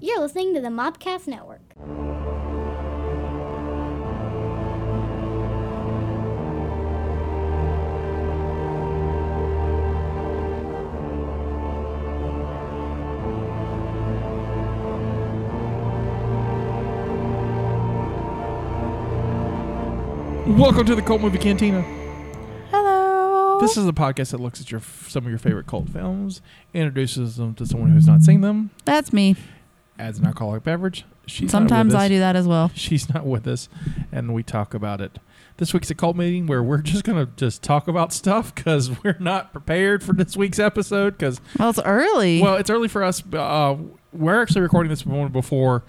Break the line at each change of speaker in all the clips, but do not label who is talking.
You're listening to the Mobcast Network.
Welcome to the Cult Movie Cantina.
Hello.
This is a podcast that looks at your some of your favorite cult films, introduces them to someone who's not seen them,
That's me.
adds an alcoholic beverage. She's not with
Sometimes I
us.
do that as well.
She's not with us, and we talk about it. This week's a cult meeting where we're just gonna just talk about stuff because we're not prepared for this week's episode. Because
Well, it's early.
well, it's early for us. but, Uh, we're actually recording this moment before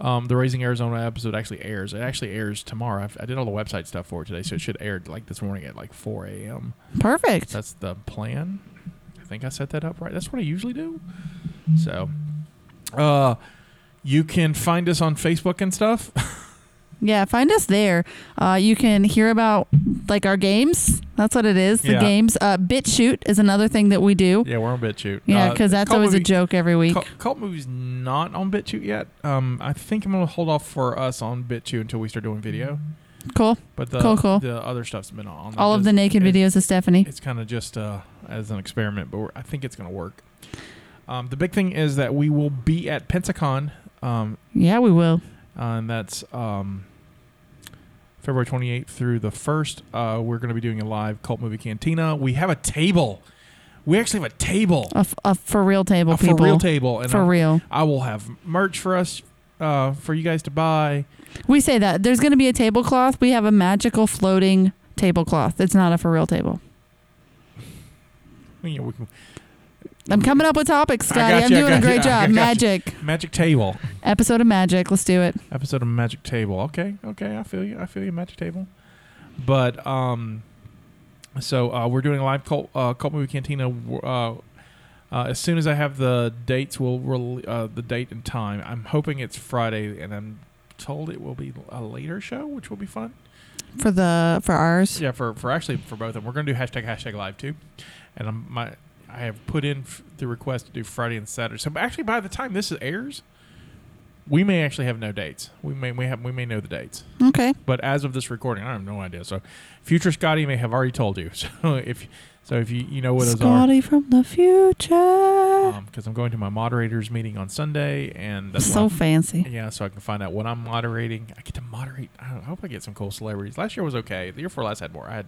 um, the Raising Arizona episode actually airs. It actually airs tomorrow. I've, I did all the website stuff for it today, so it should air like this morning at like 4 a.m.
Perfect.
That's the plan. I think I set that up right. That's what I usually do. So, uh, you can find us on Facebook and stuff.
Yeah, find us there. Uh, you can hear about like our games. That's what it is. The
Yeah.
games. Uh, Bit shoot is another thing that we do.
yeah, Uh, we're on BitChute.
Yeah, because that's always a joke every week.
Cult, cult movies not on BitChute yet. Um, I think I'm gonna hold off for us on BitChute until we start doing video.
Cool.
But the
Cool, cool.
the other stuff's been on.
All of the naked
videos.
videos of Stephanie.
it's kind of just uh, as an experiment, but we're, I think it's going to work. Um, the big thing is that we will be at Pensacon, um,
Yeah, we will.
Uh, and that's um, February 28th through the 1st. Uh, we're going to be doing a live cult movie cantina. We have a table. We actually have a table,
A, f- a for real table,
a for
people.
real table, and
For
I'm-
real.
I will have merch for us, uh, for you guys to buy.
We say that. There's going to be a tablecloth. We have a magical floating tablecloth. It's not a for real table.
You know, we can,
I'm coming up with topics,
I
Scotty.
got
I'm
you, I
doing
got
a
you,
great
I got
job.
you.
Magic.
magic table
Episode of magic. Let's do it.
episode of Magic Table. Okay, okay, I feel you. I feel you, Magic Table. But um, so uh, we're doing a live cult uh, cult movie cantina. Uh, uh, as soon as I have the dates, we'll rel- uh, the date and time. I'm hoping it's Friday, and I'm told it will be a later show, which will be fun.
For the for ours.
Yeah, for for actually for both of them, we're gonna do hashtag hashtag live too, and I'm my. I have put in f- the request to do Friday and Saturday. So actually, by the time this airs, we may actually have no dates. We may we have we may know the dates.
Okay.
But as of this recording, I have no idea. So, future Scotty may have already told you. So if so, if you you know what those are,
Scotty from the future.
because I'm going to my moderators meeting on Sunday, and that's
so
why-
fancy.
yeah, so I can find out what I'm moderating. I get to moderate. I, don't- I hope I get some cool celebrities. Last year was okay. The year before last had more. I had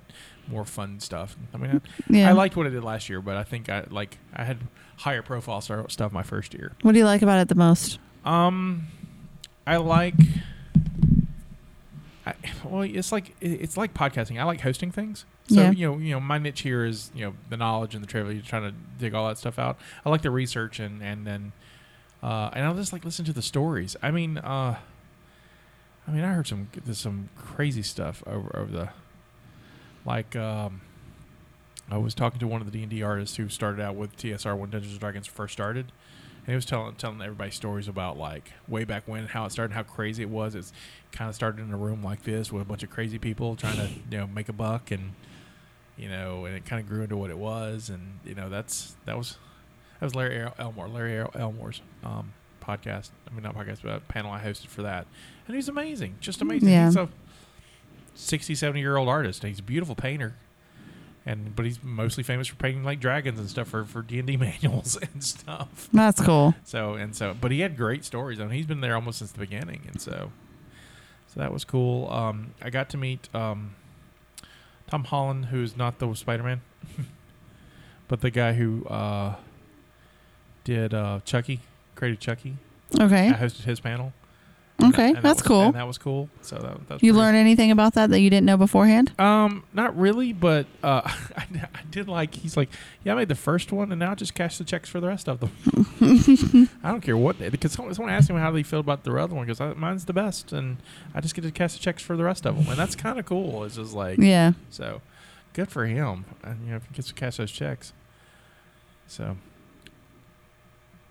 more fun stuff. I mean, I,
Yeah.
I liked what I did last year, but I think I like I had higher profile star- stuff my first year.
What do you like about it the most?
Um, I like. I, well, it's like it- it's like podcasting. I like hosting things. So
Yeah.
you know, you know, my niche here is you know the knowledge and the travel. You're trying to dig all that stuff out. I like the research and and then, uh, and I'll just like listen to the stories. I mean, uh, I mean, I heard some there's some crazy stuff over over the, like um. I was talking to one of the D and D artists who started out with TSR when Dungeons and Dragons first started, and he was telling telling everybody stories about like way back when how it started, how crazy it was. It's kind of started in a room like this with a bunch of crazy people trying to you know make a buck, and you know, and it kind of grew into what it was, and you know that's that was that was Larry El- Elmore, Larry El- Elmore's um, podcast. I mean, not podcast, but a panel I hosted for that, and he's amazing, just amazing.
Yeah.
He's a 60, 70 year old artist. He's a beautiful painter and but he's mostly famous for painting like dragons and stuff for for D and D manuals and stuff.
That's cool.
So and so, but he had great stories. I mean, he's been there almost since the beginning, and so so that was cool. Um, I got to meet um, Tom Holland, who is not the Spider Man, but the guy who uh, did uh, Chucky, created Chucky. I
Okay.
hosted his panel. And that-
Okay.
and that
That's
was-
cool.
And that was cool. So that, that was pretty-
You learn anything about that that you didn't know beforehand?
Um, not really, but uh, I, I did like. He's like, yeah, I made the first one, and now I just cash the checks for the rest of them. I don't care what they, because someone, someone asked me how they feel about the other one because mine's the best, and I just get to cash the checks for the rest of them, and that's kind of cool. It's just like
Yeah.
so good for him, and you know if he gets to cash those checks, so.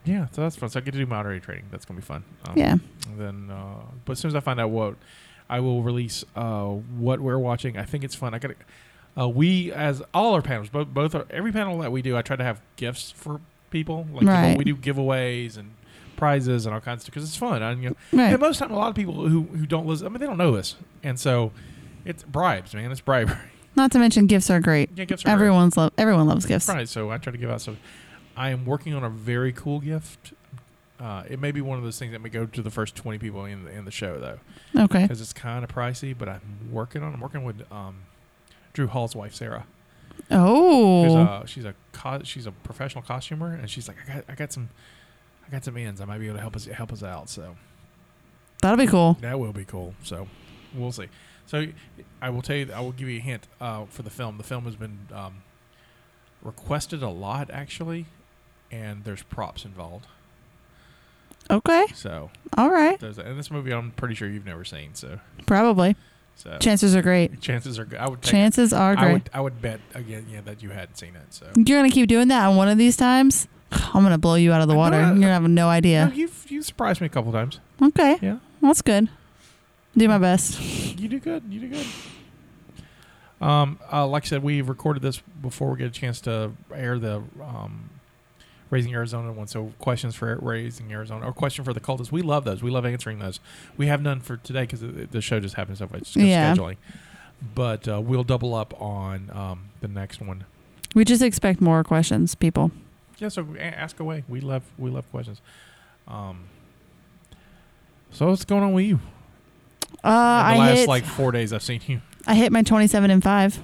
Yeah, so that's fun. So I get to do moderator trading. That's gonna be fun. Um,
Yeah.
and then uh, but as soon as I find out what I will release uh, what we're watching. I think it's fun. I got uh, we as all our panels, both both our, every panel that we do, I try to have gifts for people. Like people-
Right.
we do giveaways and prizes and all kinds of stuff because it's fun. I, you know,
Right.
and most time, a lot of people who, who don't listen, I mean, they don't know this, and so it's bribes, man. It's bribery.
Not to mention gifts are great.
Yeah, gifts are great.
Everyone's love. Everyone loves gifts.
Right. So I try to give out stuff. I am working on a very cool gift. Uh, it may be one of those things that may go to the first twenty people in the, in the show though,
Okay.
because it's kind of pricey. But I'm working on. I'm working with um, Drew Hall's wife Sarah. Who's
Oh.
a, she's a co- she's a professional costumer, and she's like, I got I got some I got some ends. I might be able to help us help us out. So
That'll be cool.
that will be cool. So we'll see. So I will tell you. I will give you a hint uh, for the film. The film has been um, requested a lot actually, and there's props involved.
Okay.
So
All right.
there's and this movie I'm pretty sure you've never seen. So
Probably.
so
Chances are great.
chances are good. I would take,
Chances are
I
great.
would I would bet again yeah that you hadn't seen it. So
You're gonna keep doing that, and one of these times, I'm gonna blow you out of the
I'm
water.
gonna-
You're gonna have no
No,
idea.
you've you surprised me a couple times.
Okay.
Yeah.
Well, that's good. Do my best.
You do good. You do good. Um, uh, like I said, we recorded this before we get a chance to air the um, Raising Arizona one. So questions for Raising Arizona or question for the cultists. We love those. We love answering those. We have none for today because the, the show just happens that way. It's just
Yeah.
scheduling. But uh, we'll double up on um, the next one.
We just expect more questions, people.
Yeah. So a- ask away. We love we love questions. Um, so what's going on with you? In the
Uh, I
last
hit.
like four days, I've seen you.
I hit my 27 and five.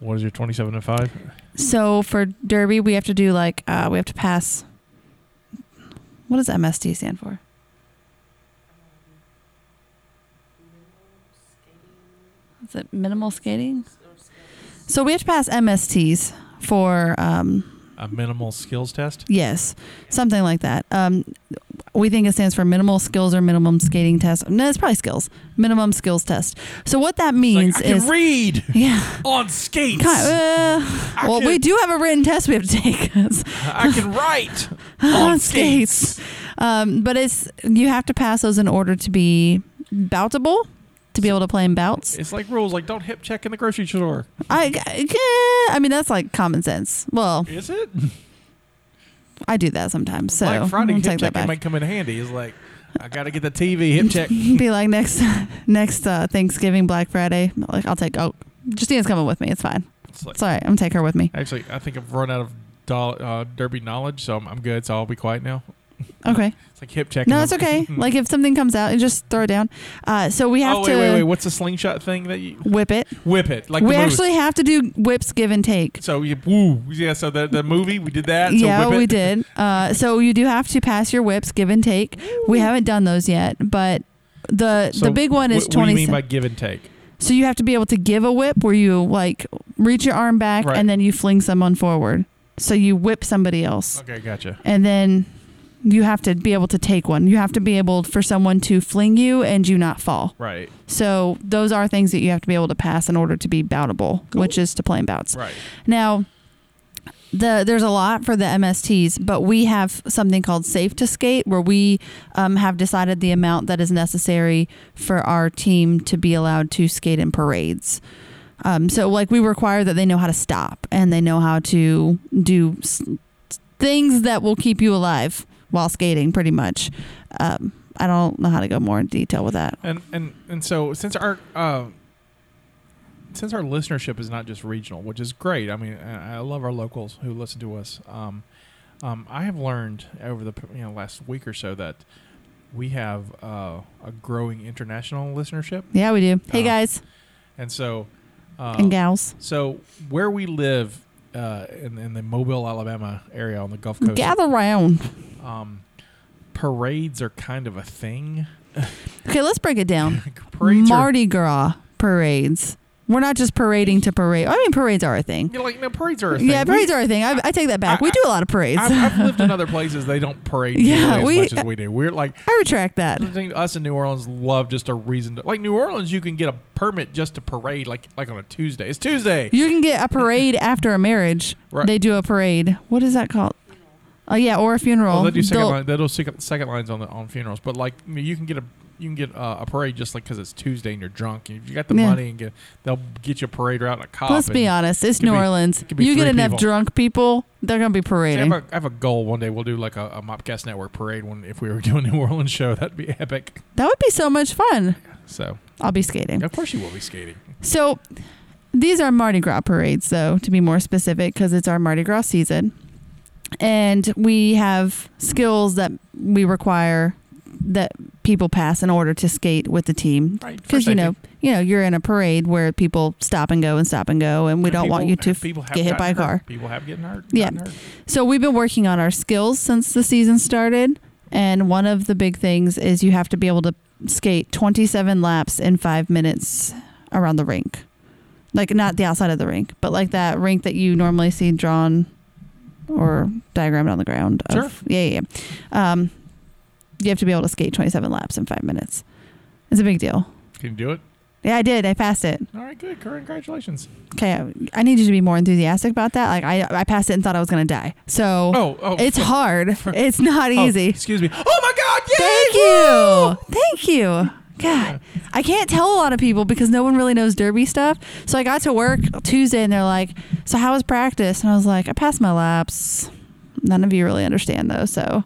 What is your twenty-seven and five?
So for Derby, we have to do like uh, we have to pass. What does MSD stand for? Is it minimal skating? So we have to pass MSTs for um,
A minimal skills test.
yes, something like that. Um, we think it stands for minimal skills or minimum skating test. No, it's probably skills. Minimum skills test. So what that means
Like, I
is
can read
yeah.
on skates.
Kind uh,
I
well,
can,
we do have a written test we have to take.
I can write
On skates. Um, but it's you have to pass those in order to be boutable, to be able to play in bouts.
It's like rules, like don't hip check in the grocery store.
I, I, I mean that's like common sense. Well,
Is it?
I do that sometimes, so
like Friday
I'll
hip
take that
check
back.
might come in handy. It's like I gotta get the TV hip check.
be like next next uh, Thanksgiving, Black Friday. Like I'll take. Oh, Justine's coming with me. It's fine.
It's like
It's all right. I'm gonna take her with me.
actually, I think I've run out of doll, uh, derby knowledge, so I'm, I'm good. So I'll be quiet now. Oh,
Okay.
It's like hip check.
No, it's okay. like if something comes out, you just throw it down. Uh, so we
Mm-hmm.
have
oh wait,
to
wait, wait. What's the slingshot thing that you
whip it.
whip it? Like
we
the movie.
actually have to do whips, give and take.
So you woo yeah. So the the movie we did that. So
yeah,
whip it.
we did. Uh, so you do have to pass your whips, give and take. We haven't done those yet, but the
So
the big one is
what,
twenty.
What do you mean by give and take?
so you have to be able to give a whip where you like reach your arm back
Right.
and then you fling someone forward. So you whip somebody else,
Okay, gotcha.
and then you have to be able to take one. You have to be able for someone to fling you and you not fall.
Right,
So those are things that you have to be able to pass in order to be boutable, which is to play in bouts.
right.
Now, the there's a lot for the MSTs, but we have something called Safe to Skate, where we um, have decided the amount that is necessary for our team to be allowed to skate in parades. Um, so, like, we require that they know how to stop and they know how to do s- things that will keep you alive while skating, pretty much. Um, I don't know how to go more in detail with that.
And and and so since our uh, since our listenership is not just regional, which is great. I mean, I I love our locals who listen to us. Um, um, I have learned over the p- you know last week or so that we have uh, a growing international listenership,
Yeah, we do. Hey,
Uh,
guys
and so uh,
and gals,
so where we live uh, in, in the Mobile, Alabama area on the Gulf Coast,
gather round.
um, parades are kind of a thing.
Okay, let's break it down.
parades are
Mardi Gras parades. We're not just parading to parade. I mean, parades are a thing.
Yeah, like no parades are a thing.
Yeah,
We-
parades are a thing. I, I take that back. we do a lot of parades.
I've,
I,
I've lived in other places they don't parade nearly
Yeah,
as
we-
much as we do. We're like
retract that.
I think us in New Orleans love just a reason to like New Orleans. You can get a permit just to parade like like on a Tuesday. It's Tuesday.
You can get a parade after a marriage.
Right.
They do a parade. What is that called? Oh yeah, or a funeral.
Well, they do second
They'll-
line. They do second, second lines on the on funerals, but like you, know, you can get a you can get uh, a parade just like because it's Tuesday and you're drunk. And if you got the
Yeah.
money and get, they'll get you a parade route and a cop.
Let's be
and-
honest. It's
could
New
be-
Orleans.
could be
You get
three
enough
people.
drunk people, they're gonna be
See, I
parading.
have, a, I have a goal one day. We'll do like a, a Mopcast Network parade when if we were doing a New Orleans show. That'd be epic.
that would be so much fun.
So
I'll be skating.
of course you will be skating.
So these are Mardi Gras parades, though, to be more specific, because it's our Mardi Gras season. And we have skills that we require that people pass in order to skate with the team.
Right. for
Because
safety.
you know, you know, you're in a parade where people stop and go and stop and go, and we
And
don't want
people-
you to
and people have
get hit by a
gotten hurt.
car.
People have getting hurt.
Yeah.
gotten hurt.
So we've been working on our skills since the season started, and one of the big things is you have to be able to skate 27 laps in 5 minutes around the rink. Like not the outside of the rink, but like that rink that you normally see drawn or diagrammed on the ground. Of,
Sure.
Yeah, yeah. yeah. Um, you have to be able to skate 27 laps in 5 minutes. It's a big deal.
Can you do it?
Yeah, I did. I passed it.
All right, good. Karen, Congratulations.
Okay, I, I need you to be more enthusiastic about that. Like I, I passed it and thought I was gonna die. So
Oh, oh,
it's hard. It's not
oh,
easy.
excuse me. Oh my God! Yay!
Thank you. Thank you. God, I can't tell a lot of people because no one really knows derby stuff. So I got to work Tuesday and they're like, "So how was practice?" And I was like, "I passed my laps." None of you really understand though, so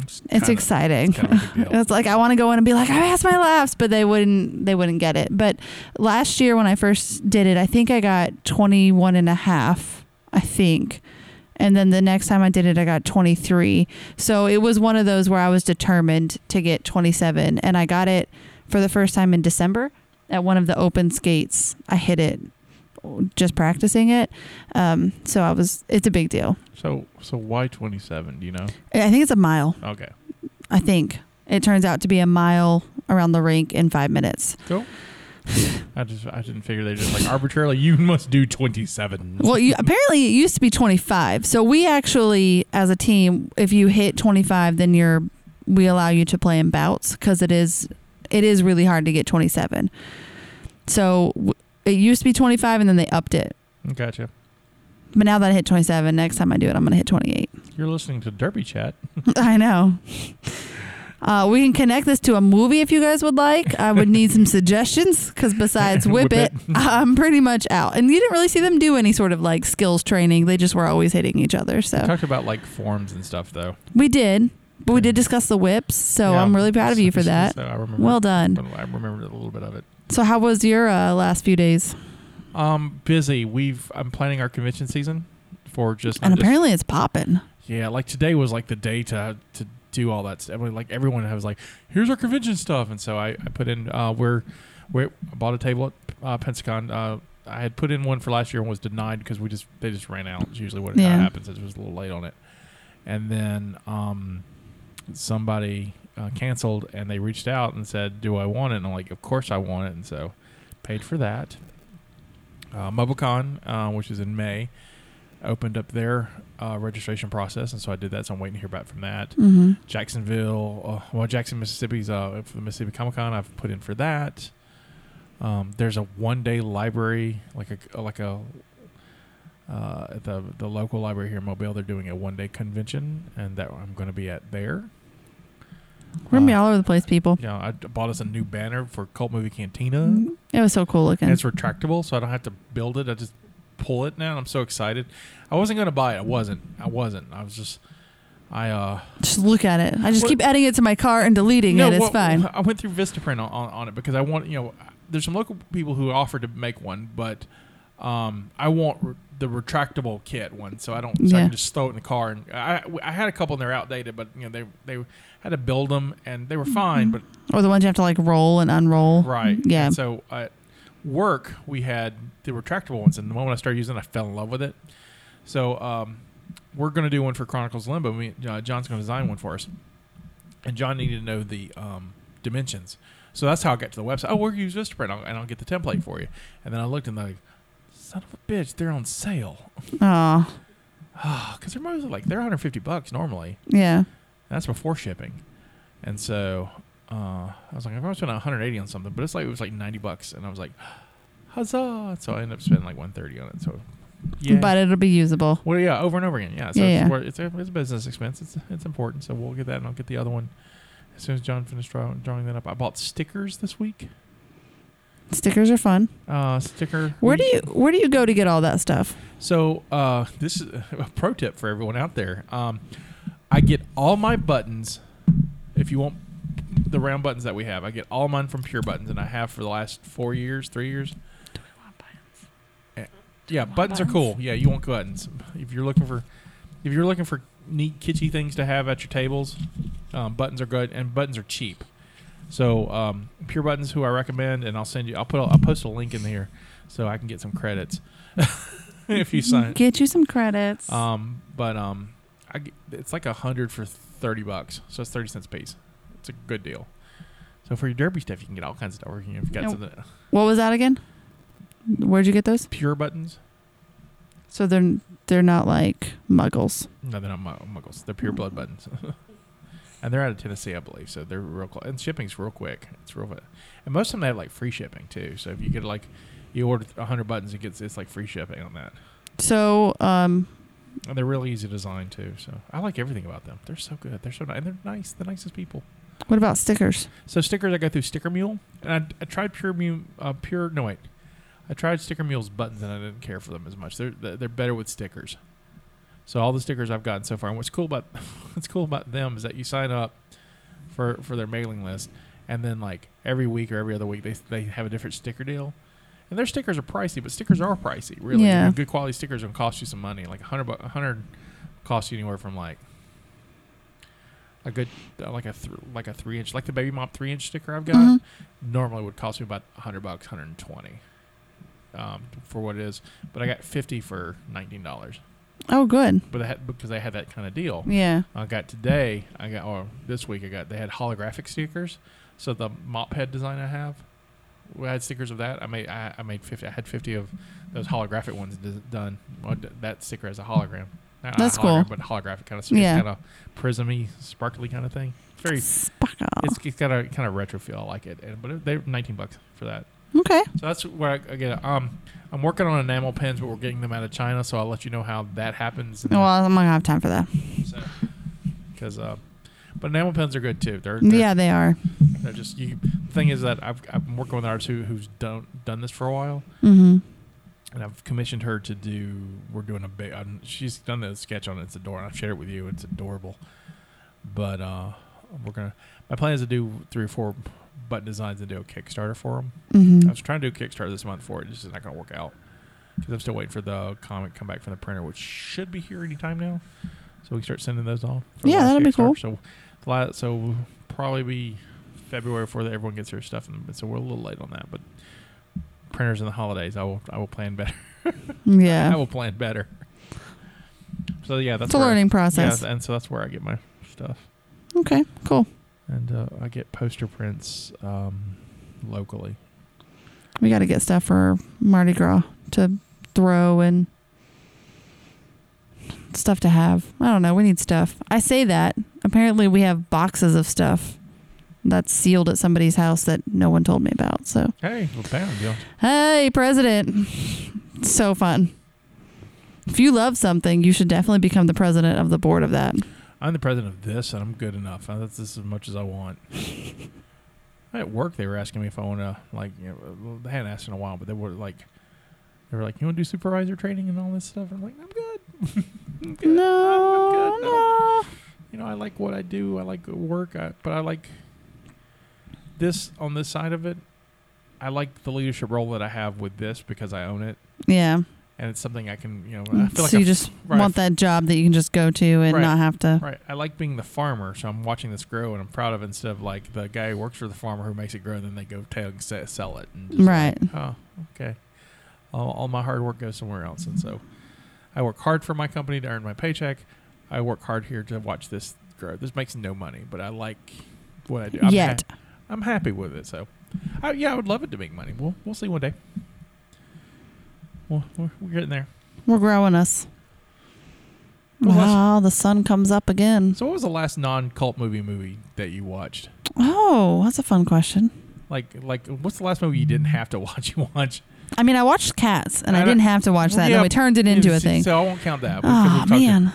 It's,
it's
kinda-
exciting.
it's kinda a big deal.
It's like I want to go in and be like, I passed my laps, but they wouldn't they wouldn't get it. But last year when I first did it, I think I got 21 and a half, I think. And then the next time I did it, I got 23. So it was one of those where I was determined to get 27 and I got it for the first time in December at one of the open skates. I hit it just practicing it. Um, so I was it's a big deal.
So, so why 27? Do you know?
I think it's a mile.
Okay.
I think. It turns out to be a mile around the rink in five minutes.
Cool. I just I didn't figure they just like arbitrarily you must do 27.
Well, you, apparently it used to be 25. So we actually, as a team, if you hit 25, then you're we allow you to play in bouts because it is it is really hard to get 27. So w- it used to be 25, and then they upped it.
gotcha.
But now that I hit 27, next time I do it, I'm gonna hit 28.
You're listening to Derby Chat.
I know. Uh, we can connect this to a movie if you guys would like. I would need some suggestions because besides Whip,
Whip
it, I'm pretty much out. And you didn't really see them do any sort of like skills training. They just were always hitting each other.
We
So
talked about like forms and stuff though.
we did, but we did discuss the whips. So
Yeah.
I'm really proud of you for
So-
that.
So I remember.
Well done.
I remembered a little bit of it.
So how was your uh, last few days?
Um, busy. We've I'm planning our convention season for just
And
I'm just-
apparently it's popping.
Yeah, like today was like the day to to do all that stuff. I mean, like everyone was like, "Here's our convention stuff," and so I, I put in uh, where where I bought a table at uh, Pensacon. Uh, I had put in one for last year and was denied because we just they just ran out. It's usually what
Yeah.
how it happens. It was a little late on it, and then um, somebody uh, canceled and they reached out and said, "Do I want it?" And I'm like, "Of course I want it," and so paid for that. Uh, MubbleCon, uh, which is in May, opened up their uh, registration process, and so I did that. So I'm waiting to hear back from that.
Mm-hmm.
Jacksonville, uh, well, Jackson, Mississippi's uh, for the Mississippi Comic Con. I've put in for that. Um, there's a one day library, like a like a uh, at the the local library here in Mobile. They're doing a one day convention, and that I'm going to be at there.
We're gonna be
Uh,
all over the place, people.
You know, I d- bought us a new banner for Cult Movie Cantina.
It was so cool looking.
And uh, it's retractable, so I don't have to build it. I just pull it now. and I'm so excited. I wasn't gonna buy it. I wasn't. I wasn't. I was just. I uh.
Just look at it. I just
What-
keep adding it to my cart and deleting it. It's
well,
fine.
I went through Vistaprint on, on, on it because I want you know. There's some local people who offered to make one, but um, I want re- the retractable kit one, so I don't. So I
Yeah.
can just throw it in the car. And I, I had a couple and they're outdated, but you know they they had to build them and they were
Mm-hmm.
fine, but
Or the ones you have to like roll and unroll.
Right.
Yeah.
And so at work, we had the retractable ones, and the moment I started using, it, I fell in love with it. So um, we're going to do one for Chronicles Limbo. We, uh, John's going to design one for us, and John needed to know the um, dimensions. So that's how I got to the website. Oh, we'll use Vistaprint, I'll, and I'll get the template for you. And then I looked and like, son of a bitch, they're on sale.
Oh,
Because they're mostly like they're 150 bucks normally.
yeah.
That's before shipping. And so uh, I was like, I've already spent 180 on something, but it's like it was like 90 bucks, and I was like, huzzah! So I ended up spending like 130 on it. So yeah,
But it'll be usable.
well, yeah, over and over again, yeah. So
Yeah,
it's,
yeah.
wor- It's, a, it's a business expense. It's it's important. So we'll get that, and I'll get the other one As soon as John finished draw- drawing that up, I bought stickers this week.
Stickers are fun.
Uh, sticker.
Where do you where do you go to get all that stuff?
So uh, this is a pro tip for everyone out there. Um, I get all my buttons. If you want the round buttons that we have, I get all mine from Pure Buttons, and I have for the last four years, three years. Yeah, buttons, are cool. Yeah, you want buttons. If you're looking for, if you're looking for neat, kitschy things to have at your tables, um, buttons are good, and buttons are cheap. So um, Pure Buttons, who I recommend, and I'll send you. I'll put. A, I'll post a link in here, so I can get some credits if you sign.
Get you some credits.
Um, but um, I g it's like a hundred for thirty bucks, so it's thirty cents a piece. It's a good deal. So for your derby stuff, you can get all kinds of stuff. Or you have got
Nope.
something
what was that again? Where'd you get those?
pure buttons.
So they're they're not like muggles.
No, they're not mu- muggles. They're pure blood buttons. and they're out of Tennessee, I believe. So they're real close. And shipping's real quick. It's real quick. And most of them they have like free shipping too. So if you get like you order a hundred buttons, it gets it's like free shipping on that.
So um
And they're really easy to design too. So I like everything about them. They're so good. They're so nice. And they're nice. The nicest people.
what about stickers?
So stickers I got through Sticker Mule, and I, I tried Pure Mule. Uh, Pure no wait, I tried Sticker Mule's buttons, and I didn't care for them as much. They're they're they're better with stickers. So all the stickers I've gotten so far, and what's cool about what's cool about them is that you sign up for for their mailing list, and then like every week or every other week they they have a different sticker deal. And their stickers are pricey, but stickers are pricey, really.
Yeah.
You know, good quality stickers will cost you some money. Like a hundred, bu- a hundred costs you anywhere from like a good uh, like a th- like a three inch like the baby mop three inch sticker I've got
Mhm.
normally would cost me about hundred bucks, hundred and twenty, um, for what it is. But I got fifty for nineteen dollars.
Oh, good.
But I had, because I had that kind of deal,
Yeah.
I got today. I got or this week I got they had holographic stickers. So the mop head design I have, we had stickers of that. I made I, I made fifty. I had fifty of those holographic ones d- done. Well, d- That sticker as a hologram. Not- not
That's
hologram,
cool.
But holographic kind of
Yeah.
kind of prismy, sparkly kind of thing. It's very
Sparkle.
it's, it's got a kind of retro feel. I like it, and, but they're nineteen bucks for that.
Okay.
So that's where I, I get it. Um, I'm working on enamel pins, but we're getting them out of China, so I'll let you know how that happens.
Well, I'm not gonna have time for that.
because uh, but enamel pins are good too. They're, they're
Yeah, they are.
They're just you. The thing is that I've I've been working with an artist who, who's done done this for a while,
Mm-hmm.
and I've commissioned her to do. We're doing a big. um, She's done the sketch on it. It's adorable. I've shared it with you. It's adorable. But uh, we're gonna. My plan is to do three or four button designs and do a Kickstarter for them.
Mm-hmm.
I was trying to do a Kickstarter this month for it. It's just not going to work out because I'm still waiting for the comic to come back from the printer, which should be here anytime now. So we can start sending those off. for the
Yeah,
last
that'll be cool.
Kickstarter. So, the la- so we'll probably be February before that everyone gets their stuff, and so we're a little late on that. But printers in the holidays, I will I will plan better. I
Yeah.
will plan better. So yeah, that's
It's a
where I-
learning
yeah,
process.
and so that's where I get my stuff
Okay. Cool.
and uh, I get poster prints um, locally.
We got to get stuff for Mardi Gras to throw and stuff to have. I don't know. We need stuff. I say that. Apparently, we have boxes of stuff that's sealed at somebody's house that no one told me about. So,
Hey, well, bam, you know,
hey, president. So fun. If you love something, you should definitely become the president of the board of that.
I'm the president of this, and I'm good enough. Uh, That's this as much as I want. At work, they were asking me if I want to like. You know, well, they hadn't asked in a while, but they were like, they were like, "You want to do supervisor training and all this stuff?" I'm like, "I'm good. I'm good.
No,
I'm good.
no.
You know, I like what I do. I like work, I, but I like this on this side of it. I like the leadership role that I have with this because I own it,
Yeah.
and it's something I can. You know, I feel like
so
I'm
you just
right, I
want that job that you can just go to and
Right.
not have to.
Right. I like being the farmer, so I'm watching this grow and I'm proud of it instead of like the guy who works for the farmer who makes it grow and then they go tail and se- sell it. And just like,
Right.
oh, okay. All, all my hard work goes somewhere else. And so I work hard for my company to earn my paycheck. I work hard here to watch this grow. This makes no money, but I like what I do. I'm
Yet.
ha- I'm happy with it. So, I, yeah, I would love it to make money. We'll, we'll see one day. Well, we're, we're getting there.
We're growing us.
Well, that's-
Wow, the sun comes up again.
So, what was the last non cult movie movie that you watched?
Oh, that's a fun question.
Like, like, what's the last movie you didn't have to watch? You watch,
I mean, I watched Cats, and
I
I,
don't-
didn't have to watch that. and
Yeah,
then we turned it into a
See,
thing.
So I won't count that. because
Oh
we've talked-
man,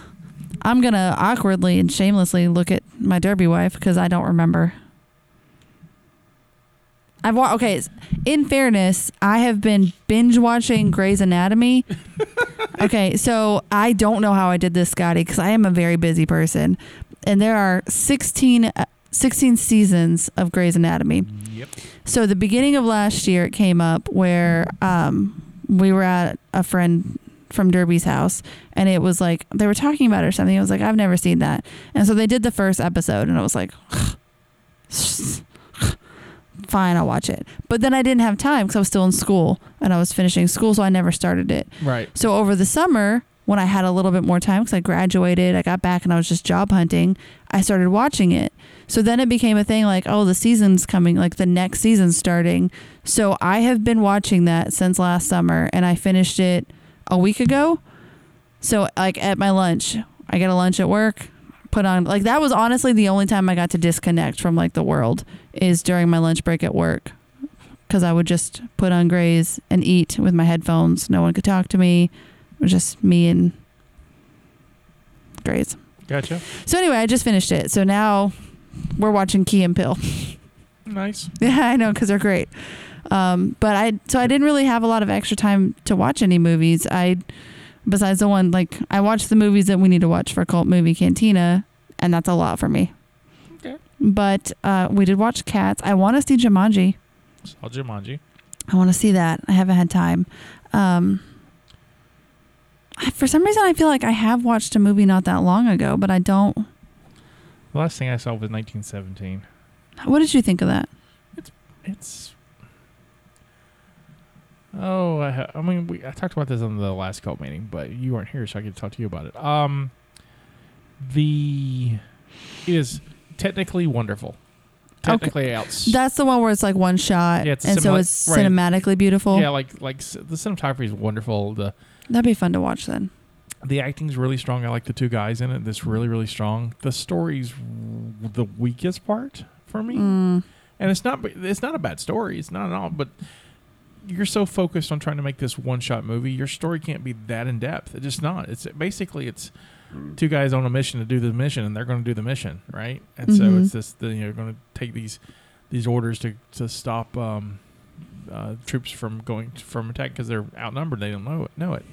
I'm gonna awkwardly and shamelessly look at my derby wife because I don't remember. I've wa- okay. s- In fairness, I have been binge watching Grey's Anatomy. okay, so I don't know how I did this, Scotty, because I am a very busy person, and there are 16, uh, 16 seasons of Grey's Anatomy.
Yep.
So the beginning of last year, it came up where um, we were at a friend from Derby's house, and it was like they were talking about it or something. I was like, I've never seen that, and so they did the first episode, and I was like, fine, I'll watch it. But then I didn't have time because I was still in school and I was finishing school, so I never started it.
Right.
So over the summer, when I had a little bit more time because I graduated, I got back and I was just job hunting, I started watching it. So then it became a thing like, oh, the season's coming, like the next season's starting. So I have been watching that since last summer and I finished it a week ago. So, like at my lunch, I get a lunch at work, put on, like that was honestly the only time I got to disconnect from like the world is during my lunch break at work because I would just put on Grays and eat with my headphones. No one could talk to me. It was just me and Grays.
Gotcha.
So anyway, I just finished it. So now we're watching Key and Pill.
Nice.
yeah, I know because they're great. Um, but I so I didn't really have a lot of extra time to watch any movies. I besides the one like I watched the movies that we need to watch for cult movie Cantina, and that's a lot for me.
Okay.
But uh, we did watch Cats. I want to see Jumanji.
Saw Jumanji.
I want to see that. I haven't had time. Um, I, for some reason, I feel like I have watched a movie not that long ago, but I don't.
The last thing I saw was 1917.
What did you think of that?
It's. Oh, I, ha- I mean, we, I talked about this on the last cult meeting, but you weren't here, so I get to talk to you about it. Um, the it is technically wonderful,
Okay.
technically outs-
That's the one where it's like one shot,
Yeah, it's
and so
cinema-
it's
right.
cinematically beautiful.
yeah, like like s- the cinematography is wonderful. The
That'd be fun to watch then.
the acting's really strong. I like the two guys in it. That's really really strong. The story's w- the weakest part for me.
Mm,
and it's not it's not a bad story it's not at all but you're so focused on trying to make this one shot movie your story can't be that in depth it's just not it's basically it's two guys on a mission to do the mission and they're going to do the mission right and so
Mhm.
it's just the, you know going to take these these orders to to stop um uh, troops from going t- from attack because they're outnumbered they don't know it know it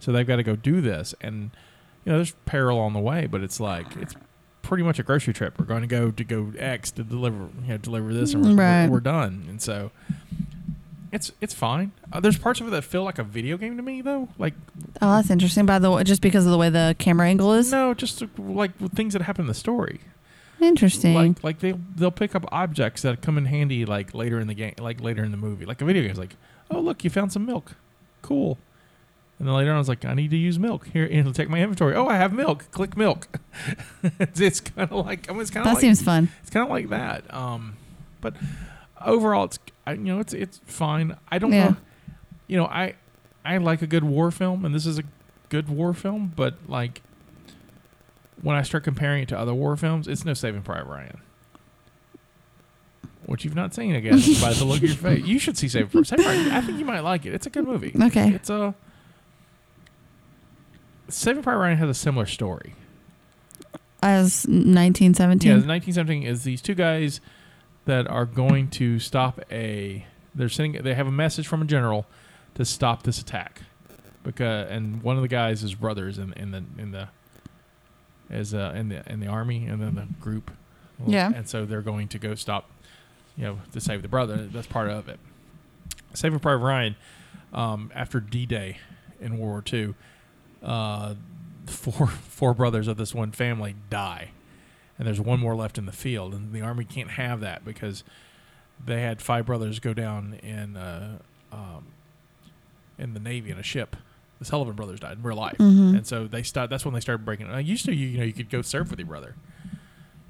so they've got to go do this and you know there's peril on the way but it's like it's pretty much a grocery trip. We're going to go to go X to deliver, you know, deliver this, and we're,
Right.
we're, we're done. And so, it's it's fine. Uh, there's parts of it that feel like a video game to me, though. Like
oh, that's interesting. By the way, just because of the way the camera angle is,
no, just like things that happen in the story.
interesting.
Like like they they'll pick up objects that come in handy like later in the game, like later in the movie, like a video game. It's like, oh look, you found some milk, cool. And then later on, I was like, I need to use milk here, and it'll take my inventory. Oh, I have milk. Click milk. it's it's kind of like I mean, it's kind
that
of like,
seems fun.
it's kind of like that. Um, but overall, it's I, you know it's it's fine. I don't
Yeah.
know. You know, I I like a good war film, and this is a good war film. But like when I start comparing it to other war films, it's no Saving Private Ryan. Which you've not seen, I guess, by the look of your face. You should see Saving Private Saving Private Ryan. I think you might like it. It's a good movie.
Okay.
It's a Saving Private Ryan has a similar story.
As nineteen
Yeah,
seventeen.
the 1917 is these two guys that are going to stop a. They're sending. They have a message from a general to stop this attack, because and one of the guys is brothers in in the in the is uh, in the in the army and then the group.
Yeah.
And so they're going to go stop, you know, to save the brother. That's part of it. Saving Private Ryan, um, after D Day in World War II, uh, four four brothers of this one family die, and there's one more left in the field, and the army can't have that because they had five brothers go down in uh, um, in the navy in a ship. The Sullivan brothers died in real life,
Mhm.
and so they start. That's when they started breaking. it. I used to, you, you know, you could go serve with your brother.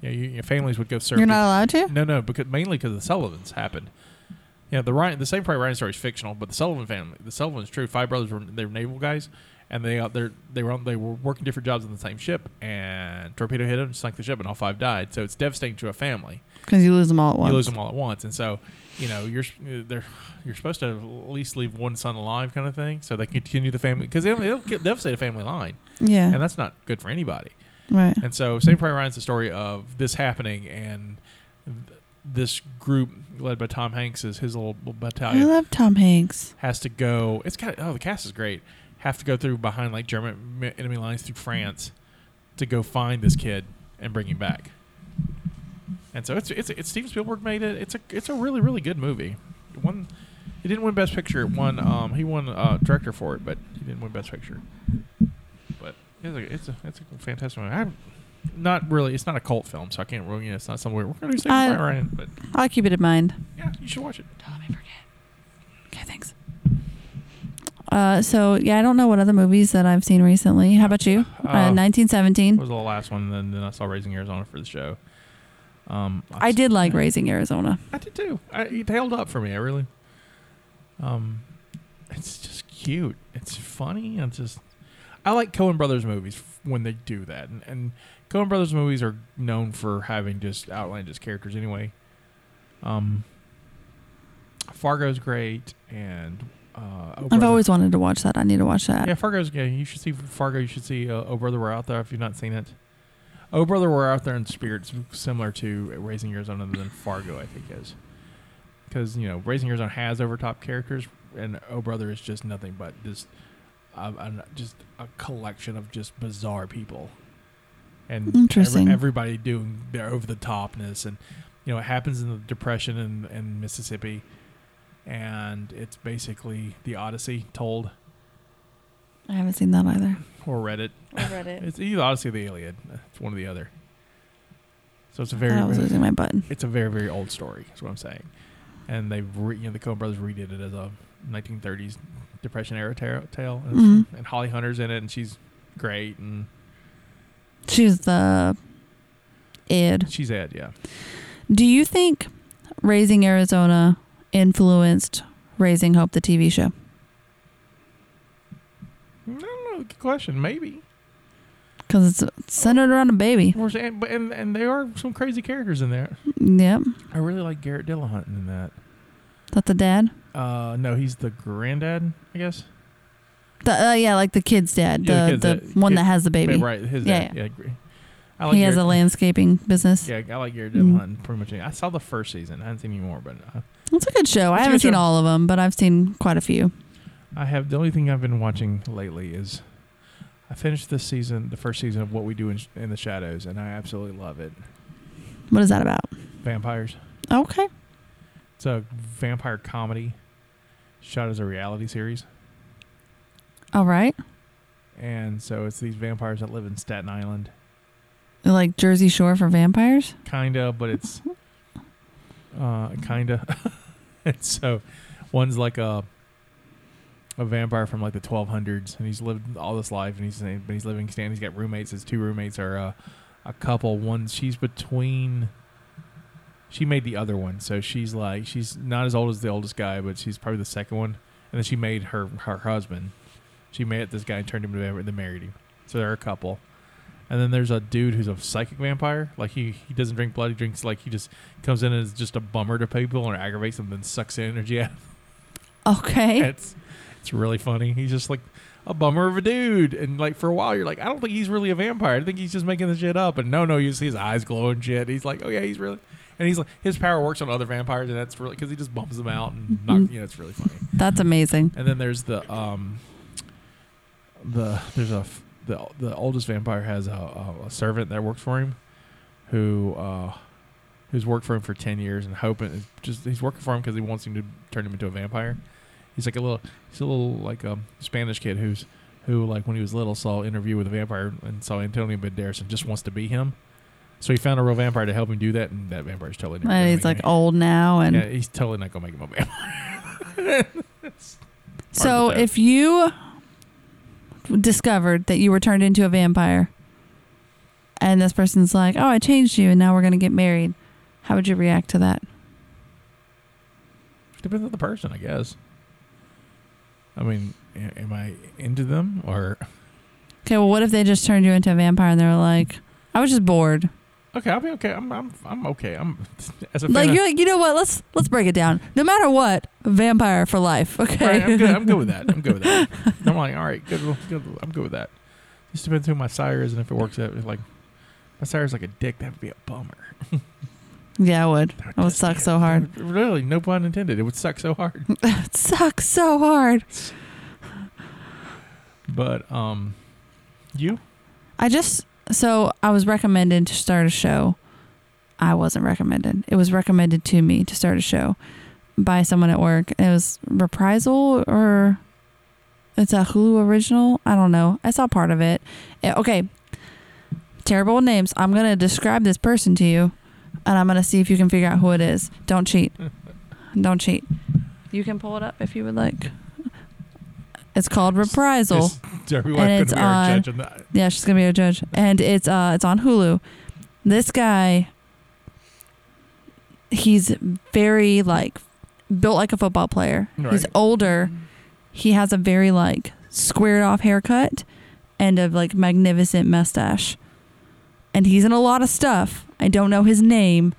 You know, you, your families would go serve.
You're
with-
not allowed to.
no, no, because mainly because the Sullivans happened. Yeah, the Ryan, the same Private Ryan story is fictional, but the Sullivan family, the Sullivan's true. Five brothers were they were naval guys, and they got their they were on, they were working different jobs on the same ship, and torpedo hit them, sunk the ship, and all five died. So it's devastating to a family.
Because you lose them all at once.
You lose them all at once, and so you know you're s- they're you're supposed to at least leave one son alive, kind of thing, so they continue the family because they'll, they'll devastate a family line,
Yeah.
and that's not good for anybody.
Right.
And so Saving Private Ryan is the story of this happening and th- this group led by Tom Hanks is his little
I
battalion
love Tom Hanks.
has to go. It's got oh the cast is great. Have to go through behind like German mi- enemy lines through France to go find this kid and bring him back. And so it's it's, it's Steven Spielberg made it. It's a it's a really really good movie. It won. It didn't win Best Picture. It won. Um, he won uh, director for it, but he didn't win Best Picture. But it's a it's a, it's a fantastic movie. I'm not really. It's not a cult film, so I can't. Really, you know, it's not somewhere we're going to say
I-
Ryan. But
I'll keep it in mind.
yeah, you should watch it.
Tom, I forget. Okay, thanks. Uh, so yeah, I don't know what other movies that I've seen recently. How about you?
Uh,
Uh, 1917.
was the last one. Then, then I saw Raising Arizona for the show. Um,
I did like
yeah.
Raising Arizona.
I did too. I, it held up for me. I really. Um, it's just cute. It's funny. It's just. I like Coen Brothers movies f- when they do that, and, and Coen Brothers movies are known for having just outlandish characters anyway. Um, Fargo's great, and uh, Oh
I've
Brother-
always wanted to watch that. I need to watch that.
yeah, Fargo's good. You should see Fargo. You should see uh, Oh Brother We're Out There if you've not seen it. Oh Brother We're Out There in Spirits, similar to Raising Arizona than Fargo, I think is, because you know Raising Arizona has overtop characters, and Oh Brother is just nothing but this, uh, an- just a collection of just bizarre people, and every-
Interesting.
everybody doing their over the topness, and you know it happens in the Depression in, in Mississippi, and it's basically the Odyssey told
I haven't seen that either.
or Reddit.
I read
It's either Odyssey or the Iliad. It's one or the other. So it's a
I was
very
losing my button.
it's a very very old story. Is what I'm saying. And they re, you know the Coen Brothers redid it as a 1930s Depression era tar- tale. And,
Mm-hmm.
it's- and Holly Hunter's in it, and she's great, and
She's the id.
she's Ed. Yeah,
Do you think Raising Arizona influenced Raising Hope, the TV show?
I don't know. Good question. Maybe.
Because it's centered around a baby.
Or- And, but- and and there are some crazy characters in there.
Yep.
I really like Garrett Dillahunt in that.
That's the dad.
Uh, no, he's the granddad, I guess.
The, uh, yeah, like the kid's dad,
Yeah, the
the, the,
kid's dad.
one
Kid-
that has the baby.
Right, his
Yeah,
dad. Yeah, I agree. I
he
Garrett-
has a landscaping business.
Oh, Yeah, I like Gary
Mm.
Dillahunt pretty much. any- I saw the first season. I haven't seen any more, but I,
It's a good show. I
It's a
haven't
good
seen
show.
all of them, but I've seen quite a few.
I have the only thing I've been watching lately is I finished this season, the first season of What We Do in, Sh- in the Shadows, and I absolutely love it.
What is that about?
Vampires.
Okay.
It's a vampire comedy shot as a reality series,
All right.
and so it's these vampires that live in Staten Island,
Like Jersey Shore for vampires?
kinda, but it's uh, kinda. and so one's like a a vampire from like the 1200s, and he's lived all this life, and he's but he's living stand. He's got roommates. His two roommates are uh, a couple. One she's between. She made the other one, so she's like she's not as old as the oldest guy, but she's probably the second one. And then she made her her husband. She married this guy and turned him to vampire, then married him. So they're a couple. And then there's a dude who's a psychic vampire. Like he, he doesn't drink blood. He drinks like he just comes in and is just a bummer to people and aggravates them, then sucks the energy out
Okay.
it's it's really funny. He's just like a bummer of a dude, and like for a while you're like, I don't think he's really a vampire. I think he's just making this shit up. And no, no, you see his eyes glowing shit. He's like, oh yeah, he's really. And he's like, his power works on other vampires, and that's really because he just bumps them out and knock, you know, it's really funny.
That's amazing.
And then there's the um, the there's a f- the the oldest vampire has a, a, a servant that works for him, who uh, who's worked for him for ten years and hoping just he's working for him because he wants him to turn him into a vampire. He's like a little he's a little like um Spanish kid who's who like when he was little saw interview with a vampire and saw Antonio Banderas and just wants to be him. So he found a real vampire to help him do that, and that vampire's totally. never gonna
And he's
make
like
any-
old now. And
yeah, he's totally not gonna make him a vampire.
so
Hard to tell.
if you discovered that you were turned into a vampire and this person's like, oh, I changed you and now we're going to get married, how would you react to that?
Depends on the person, I guess. I mean, a- am I into them or
Okay, well, what if they just turned you into a vampire and they were like, I was just bored.
okay? I'll be okay. I'm I'm I'm okay. I'm as a fan
Like
of-
you're like, you know what? Let's let's break it down. No matter what, vampire for life. Okay.
Right, I'm good. I'm good with that. I'm good with that. I'm like, all right, good, well, good. well, I'm good with that. Just depends who my sire is and if it works out. Like, If I started like a dick, that would be a bummer.
Yeah, I would.
That
I would
just-
suck so hard.
that would- Really, no pun intended. It would suck so hard.
It sucks so hard.
but um, you
I just so I was recommended to start a show. I wasn't recommended. It was recommended to me to start a show by someone at work. It was reprisal or it's a Hulu original. I don't know. I saw part of it. Eh, Okay. Terrible names. I'm gonna describe this person to you, and I'm gonna see if you can figure out who it is. Don't cheat. Don't cheat. You can pull it up if you would like. It's called Reprisal.
Is Derby Wife going
it's
to be our
on-
judge on that?
Yeah, she's gonna be a judge, and it's uh, it's on Hulu. This guy, he's very like built like a football player. He's
Right.
older. He has a very like squared off haircut and a like magnificent mustache, and he's in a lot of stuff. I don't know his name,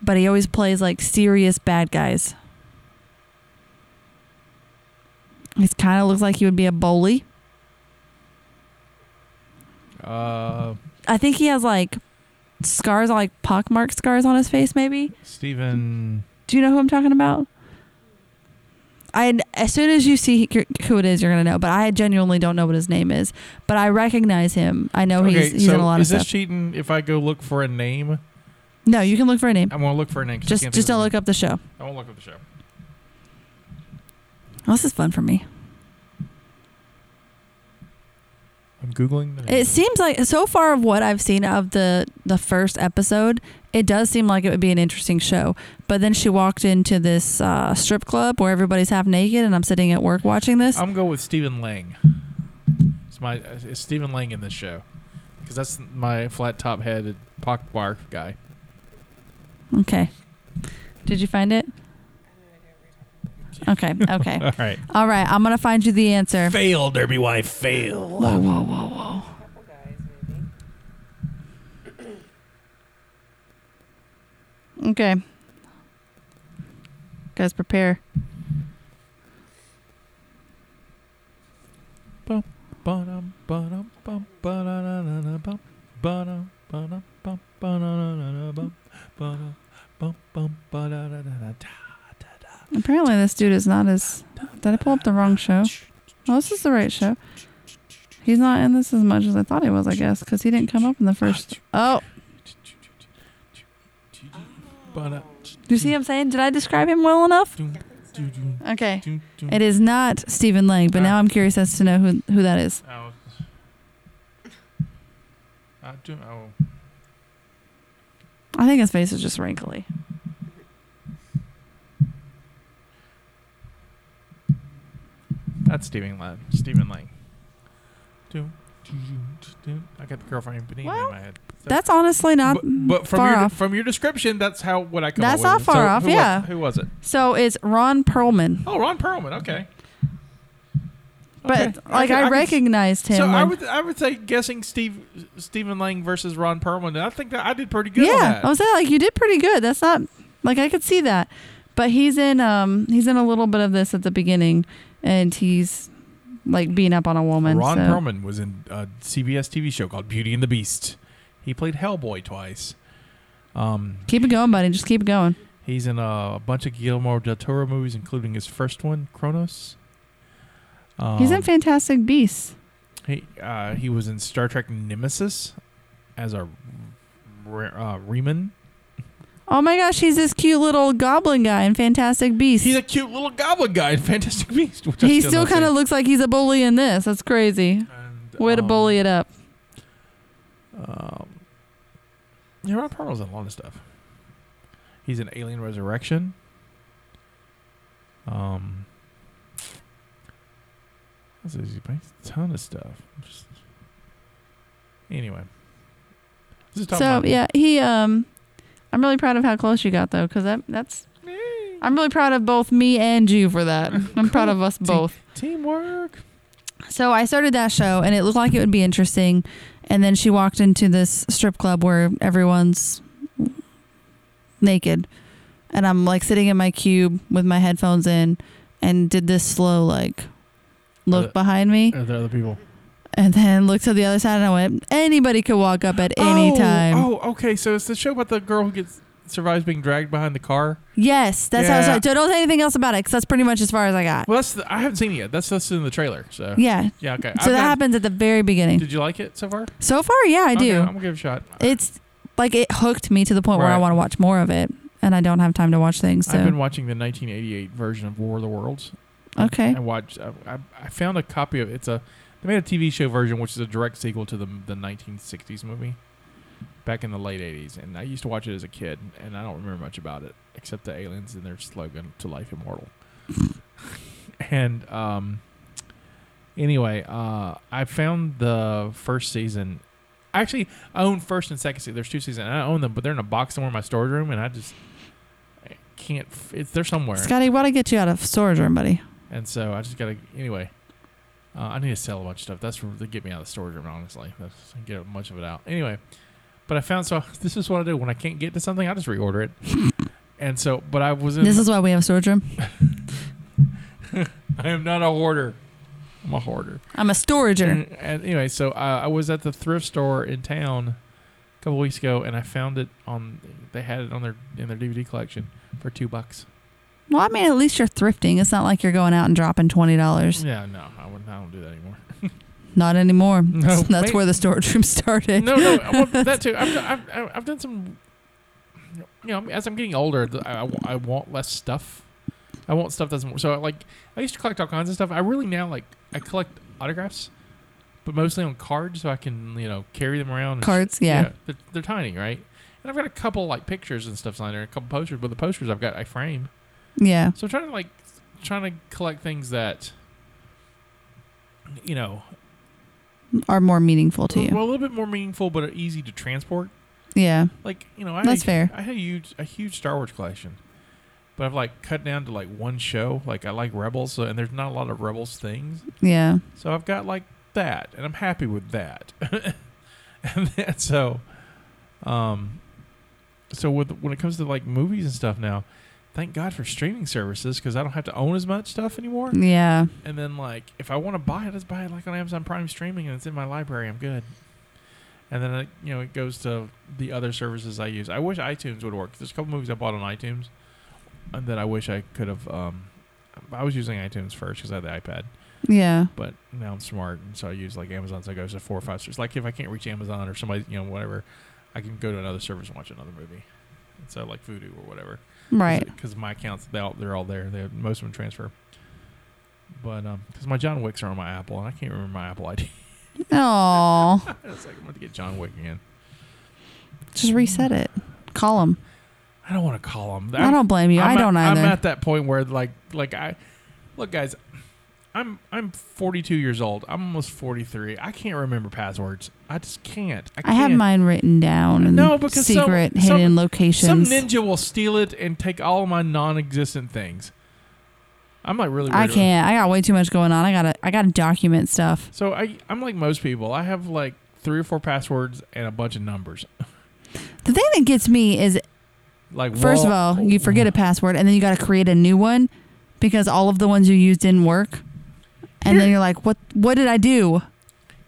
but he always plays like serious bad guys. He kind of looks like he would be a bully.
Uh,
I think he has like scars, like pockmark scars on his face. Maybe.
Stephen.
Do you know who I'm talking about? I as soon as you see who it is, you're gonna know. But I genuinely don't know what his name is. But I recognize him. I know
okay,
he's he's
so
in a lot of
is this
stuff.
cheating? If I go look for a name,
no, you can look for a name.
I want to look for a name. 'cause I
Just
can't
just
think
don't
of
look up the show.
it. I won't look up the show.
Oh, this is fun for me.
I'm googling. The name.
It seems like so far of what I've seen of the the first episode, it does seem like it would be an interesting show. But then she walked into this uh, strip club where everybody's half naked, and I'm sitting at work watching this.
I'm going with Stephen Lang. It's my it's Stephen Lang in this show because that's my flat top headed pock bar guy.
Okay. Did you find it? Okay. Okay.
All right.
All right. I'm gonna find you the answer.
Fail, Derby Wife. Fail.
Whoa, whoa, whoa, whoa.
couple guys maybe.
Okay. Guys, prepare.
Ba-dum, ba-dum, bum, ba-da-da-da-da, bum, ba-dum, ba-dum, bum, ba-da-da-da-da, bum, ba-dum, bum, bum, ba-da-da-da-da.
Apparently, this dude is not as. Did I pull up the wrong show? Oh, this is the right show. He's not in this as much as I thought he was, I guess, because he didn't come up in the first. Oh,
Ba-da-
you see what I'm saying? Did I describe him well enough?
dum, dum, dum,
Okay.
dum, dum.
It is not Stephen Lang, but now I'm curious as to know who who that is.
Oh. I do- oh.
I think his face is just wrinkly.
That's Stephen Lang. Stephen Lang. Dum, dum, dum. I got the girlfriend Benita
Well,
in my head. So-
That's honestly not
but, but from
far
your
off.
from your description, that's how what I come.
That's
up
not
with.
far off,
who was-
yeah.
who was it?
So it's Ron Perlman,
Oh, Ron Perlman. Okay.
but
Okay.
like
Okay,
I,
can-
recognized him.
So I
when-
would I would say guessing Steve Stephen Lang versus Ron Perlman. I think that I did pretty good. on
yeah,
that.
I was saying like you did pretty good. That's not like I could see that, but he's in um he's in a little bit of this at the beginning, and he's like beating up on a woman.
Ron
so.
Perlman was in a CBS TV show called Beauty and the Beast. He played Hellboy twice. Um,
Keep it going, buddy. Just keep it going.
he's in a, bunch of Guillermo del Toro movies, including his first one, Kronos. Um,
he's in Fantastic Beasts.
He uh, he was in Star Trek Nemesis as a re- uh, Reman.
Oh my gosh, he's this cute little goblin guy in Fantastic Beasts.
He's a cute little goblin guy in Fantastic Beasts. which I
he still
don't
kind of
see.
looks like he's a bully in this. That's crazy.
And,
Way to
um,
bully it up.
Um, yeah, Ron Perlman's in a lot of stuff. He's in Alien Resurrection. Um, that's easy. He makes a ton of stuff. Just- anyway, this is top
So
notch.
yeah, he um, I'm really proud of how close you got though, because that that's I'm really proud of both me and you for that. I'm proud of us both.
teamwork.
So I started that show, and it looked like it would be interesting, and then she walked into this strip club where everyone's naked, and I'm like sitting in my cube with my headphones in, and did this slow like look
Uh,
behind me,
Are there Uh, other people?
And then looked to the other side and I went, anybody could walk up at any
Oh,
time.
Oh, okay. So it's the show about the girl who gets survives being dragged behind the car.
Yes, that's how I
Yeah.
started. So don't say anything else about it because that's pretty much as far as I got.
Well, that's the, I haven't seen it yet. That's that's in the trailer. So
yeah.
yeah, okay.
So
I've
that
not-
happens at the very beginning.
Did you like it so far?
so far, yeah, I
Okay,
do.
I'm gonna give it a shot.
It's like it hooked me to the point where I
Right.
want to watch more of it, and I don't have time to watch things. So
I've been watching the 1988 version of War of the Worlds.
okay,
I watched. I, uh, I, I found a copy of it's a they made a TV show version, which is a direct sequel to the the 1960s movie back in the late 80s. And I used to watch it as a kid, and I don't remember much about it except the aliens and their slogan "To life immortal." and um, anyway, uh, I found the first season. I actually own first and second season. There's two seasons. and I own them, but they're in a box somewhere in my storage room, and I just I can't. f- It's they're somewhere.
Scotty, what I get you out of storage room, buddy?
And so I just gotta anyway. Uh, I need to sell a bunch of stuff. That's to get me out of the storage room. Honestly, that's get much of it out. Anyway, but I found so this is what I do when I can't get to something. I just reorder it. and so, but I was in.
This is why we have storage room.
I am not a hoarder. I'm a hoarder.
I'm a storager.
And, and anyway, so uh, I was at the thrift store in town a couple weeks ago, and I found it on. They had it on their in their DVD collection for two bucks.
Well, I mean, at least you're thrifting. It's not like you're going out and dropping twenty dollars.
Yeah, no, I wouldn't. I don't do that anymore.
Not anymore.
No,
that's
wait.
where the storage room started.
no, no, well, that too. I've, I've, I've- I've done some. You know, as I'm getting older, th- I, I wa- I want less stuff. I want stuff that's more. So, like, I used to collect all kinds of stuff. I really now like I collect autographs, but mostly on cards, so I can you know carry them around. and sh-
Cards, yeah.
they're, they're tiny, right? And I've got a couple like pictures and stuff signed there, a couple posters. But the posters I've got, I frame.
Yeah.
So I'm trying to like trying to collect things that you know
Are more meaningful to you.
well a little bit more meaningful, but are easy to transport.
Yeah.
Like you know, I
That's
had,
fair.
I had a huge, a huge Star Wars collection, but I've like cut down to like one show. Like I like Rebels, so, and there's not a lot of Rebels things,
Yeah.
so I've got like that, and I'm happy with that. and then, so, um, so with when it comes to like movies and stuff now, thank God for streaming services because I don't have to own as much stuff anymore.
Yeah.
And then like if I want to buy it, I just buy it like on Amazon Prime streaming and it's in my library. I'm good. And then it, you know it goes to the other services I use. I wish iTunes would work. There's a couple movies I bought on iTunes and that I wish I could have. Um, I was using iTunes first because I had the iPad,
Yeah.
but now I'm smart and so I use like Amazon. So it goes to four or five. stars. like if I can't reach Amazon or somebody, you know, whatever, I can go to another service and watch another movie. And so like Voodoo or whatever
Right.
because my accounts they all, they're all there they most of them transfer but um because my john wicks are on my apple and i can't remember my apple id
Oh.
it's like i'm going to get john wick again
Just reset it. Call them.
i don't want to call him
I don't blame you. I
I'm
don't
at,
either.
i'm at that point where like like i look guys i'm i'm 42 years old i'm almost 43 i can't remember passwords i just can't i,
I
can't.
have mine written down and
No, because some-
secret
some-
hidden
some
locations.
ninja will steal it and take all of my non-existent things i'm like really
I
weird about-
can't. I got way too much going on. I gotta. I gotta document stuff.
So I, I'm like most people. I have like three or four passwords and a bunch of numbers.
The thing that gets me is,
Like
first of all, you forget a password, and then you gotta create a new one because all of the ones you used didn't work. And then you're like, what? What did I do?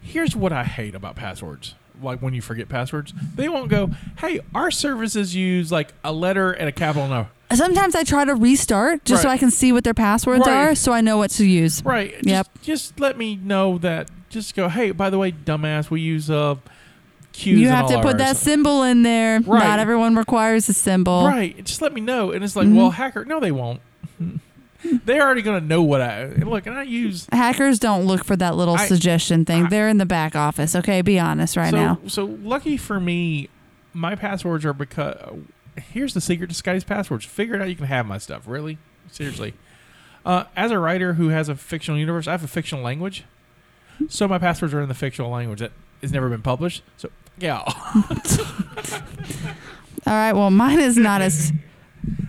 Here's what I hate about passwords. Like when you forget passwords, they won't go. Hey, our services use like a letter and a capital no.
Sometimes I try to restart just so
Right.
I can see what their passwords
Right.
are, so I know what to use.
Right. Just,
Yep.
Just let me know that. Just go. Hey, by the way, dumbass, we use uh. Q's
You
in
have to
all
put
ours."
that symbol in there.
Right.
Not everyone requires a symbol.
Right. Just let me know. And it's like,
Mhm.
well, hacker. No, they won't. They're already gonna know what I and look. And I use
Hackers don't look for that little
I-
suggestion thing.
I-
They're in the back office. Okay, be honest right
so,
now.
So lucky for me, my passwords are because here's the secret to Scotty's passwords. Figure it out. You can have my stuff. Really, seriously. Uh, as a writer who has a fictional universe, I have a fictional language, so my passwords are in the fictional language that has never been published. So yeah,
All right. Well, mine is not as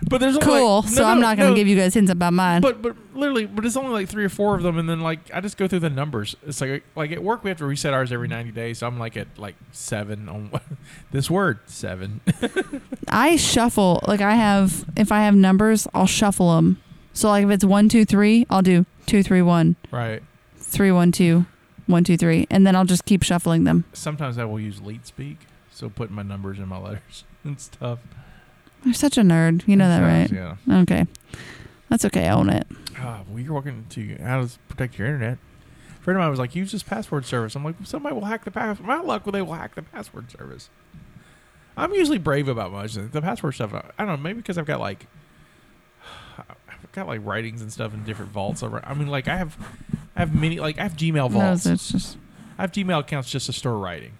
but there's only
cool, so I'm not going to
give you.
give you guys hints about mine.
But but literally, but it's only like three or four of them, and then like I just go through the numbers. It's like like at work we have to reset ours every ninety days. So I'm like at like seven on this word seven.
I shuffle. Like I have, if I have numbers, I'll shuffle them. So like if it's one, two, three, I'll do two, three, one,
Right.
three, one, two, one, two, three, and then I'll just keep shuffling them.
Sometimes I will use leet speak, so putting my numbers in my letters and stuff.
You're such a nerd. You know that, right?
Sometimes, Yeah.
Okay. That's okay. I own it.
Ah, well, you're walking to how to protect your internet. A friend of mine was like, use this password service. I'm like, somebody will hack the password. My luck, well, they will hack the password service. I'm usually brave about much. The password stuff, I I don't know, maybe because I've got like, I've got like writings and stuff in different vaults. over- I mean, like I have, I have many, like I have Gmail
No,
vaults.
it's just
I have Gmail accounts just to store writing.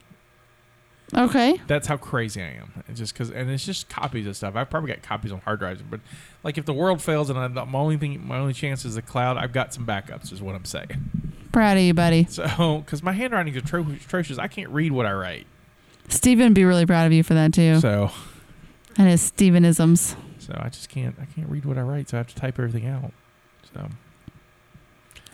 okay.
That's how crazy I am. It's just because, and it's just copies of stuff. I've probably got copies on hard drives, but like if the world fails and I'm the, my only thing, my only chance is the cloud, I've got some backups, is what I'm saying.
Proud of you, buddy.
So, because my handwriting is atro- atrocious, I can't read what I write.
Steven would be really proud of you for that too.
So,
and his Stevenisms.
so I just can't, I can't read what I write. So I have to type everything out. So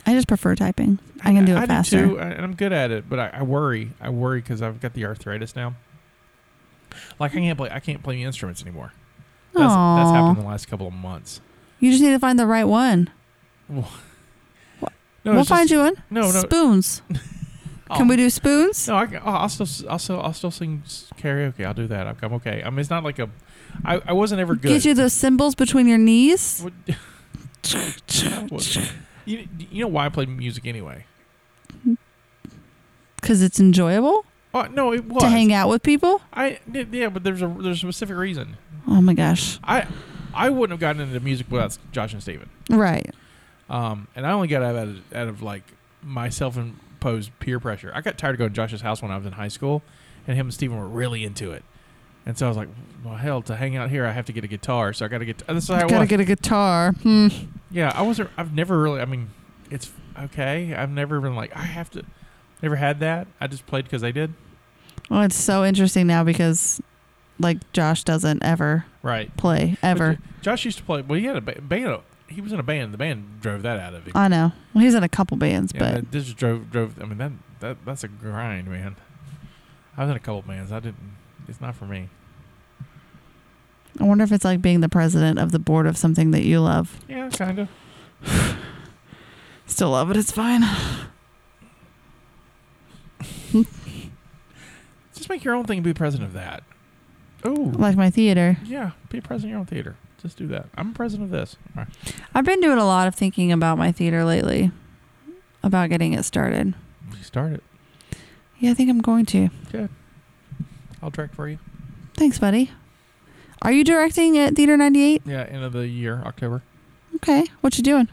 I just prefer typing. I can do it
I
faster.
too, and I'm good at it, but I, I worry, I worry because I've got the arthritis now. Like I can't play, I can't play instruments anymore. That's, that's
Aw.
happened in the last couple of months.
You just need to find the right one.
No,
we'll
it's just-
find you one.
No, no.
Spoons. Can
Oh.
we do spoons?
No, I can, oh, I'll still, s- I'll still, I'll still sing s- karaoke. I'll do that. I'm, I'm okay. I mean, it's not like a, I, I wasn't ever good.
Get you those cymbals between your knees.
What- What- you, you know why I played music anyway?
Because it's enjoyable
Oh no, it was
to hang out with people.
I yeah, but there's a there's a specific reason.
Oh my gosh.
I I wouldn't have gotten into music without Josh and Steven.
Right.
Um, and I only got out of out of like my self imposed peer pressure. I got tired of going to Josh's house when I was in high school, and him and Steven were really into it. And so I was like, well, hell, to hang out here, I have to get a guitar. So I got to get. This is how I
Gotta
was.
get a guitar. Hmm.
Yeah, I wasn't. I've never really. I mean, it's okay. I've never been like I have to. Never had that. I just played because they did.
Well, it's so interesting now because, like, Josh doesn't ever
Right.
play ever.
But Josh used to play. Well, he had a ba- band. He was in a band. The band drove that out of him.
I know. Well, he's in a couple bands,
yeah,
but
that- this just drove drove. I mean, that that that's a grind, man. I was in a couple bands. I didn't. It's not for me.
I wonder if it's like being the president of the board of something that you love.
Yeah, kind of.
Still love it. It's fine.
Just make your own thing and be president of that. Oh,
Like my theater.
yeah. Be a president of your own theater. Just do that. I'm president of this. All right.
I've been doing a lot of thinking about my theater lately, about getting it started.
You start it.
Yeah, I think I'm going to.
I'll direct for you.
Thanks, buddy. Are you directing at Theater 98?
Yeah, end of the year, October.
Okay. What you doing?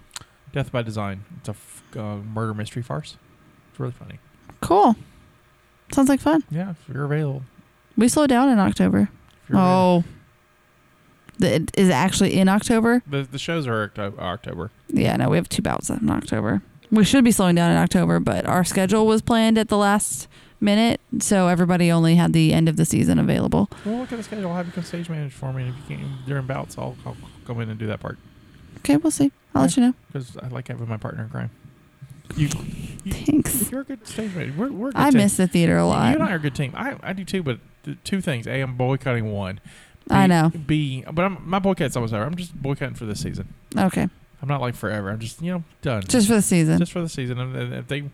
Death by Design. It's a f- uh, murder mystery farce. It's really funny.
Cool. Sounds like fun.
Yeah, if you're available.
We slow down in October.
If you're available.
oh. The, it is actually in October?
The, the shows are Octo- uh, October.
Yeah, no, we have two bouts in October. We should be slowing down in October, but our schedule was planned at the last minute, so everybody only had the end of the season available.
Well, look at the schedule. I'll have you come stage manage for me. And if you can't during bouts, I'll, I'll come in and do that part
Okay, we'll see. I'll let you know.
because I like having my partner in crime. You, you
Thanks.
you're a good stage manager. We're, we're a good
I
team.
miss the theater a
You
lot.
and I are a good team. I, I do too, but th- two things. A, I'm boycotting one. B,
I know.
B, but I'm, my boycott's almost over. I'm just boycotting for this season.
Okay.
I'm not like forever. I'm just you know done.
Just for the season.
just for the season. And and if they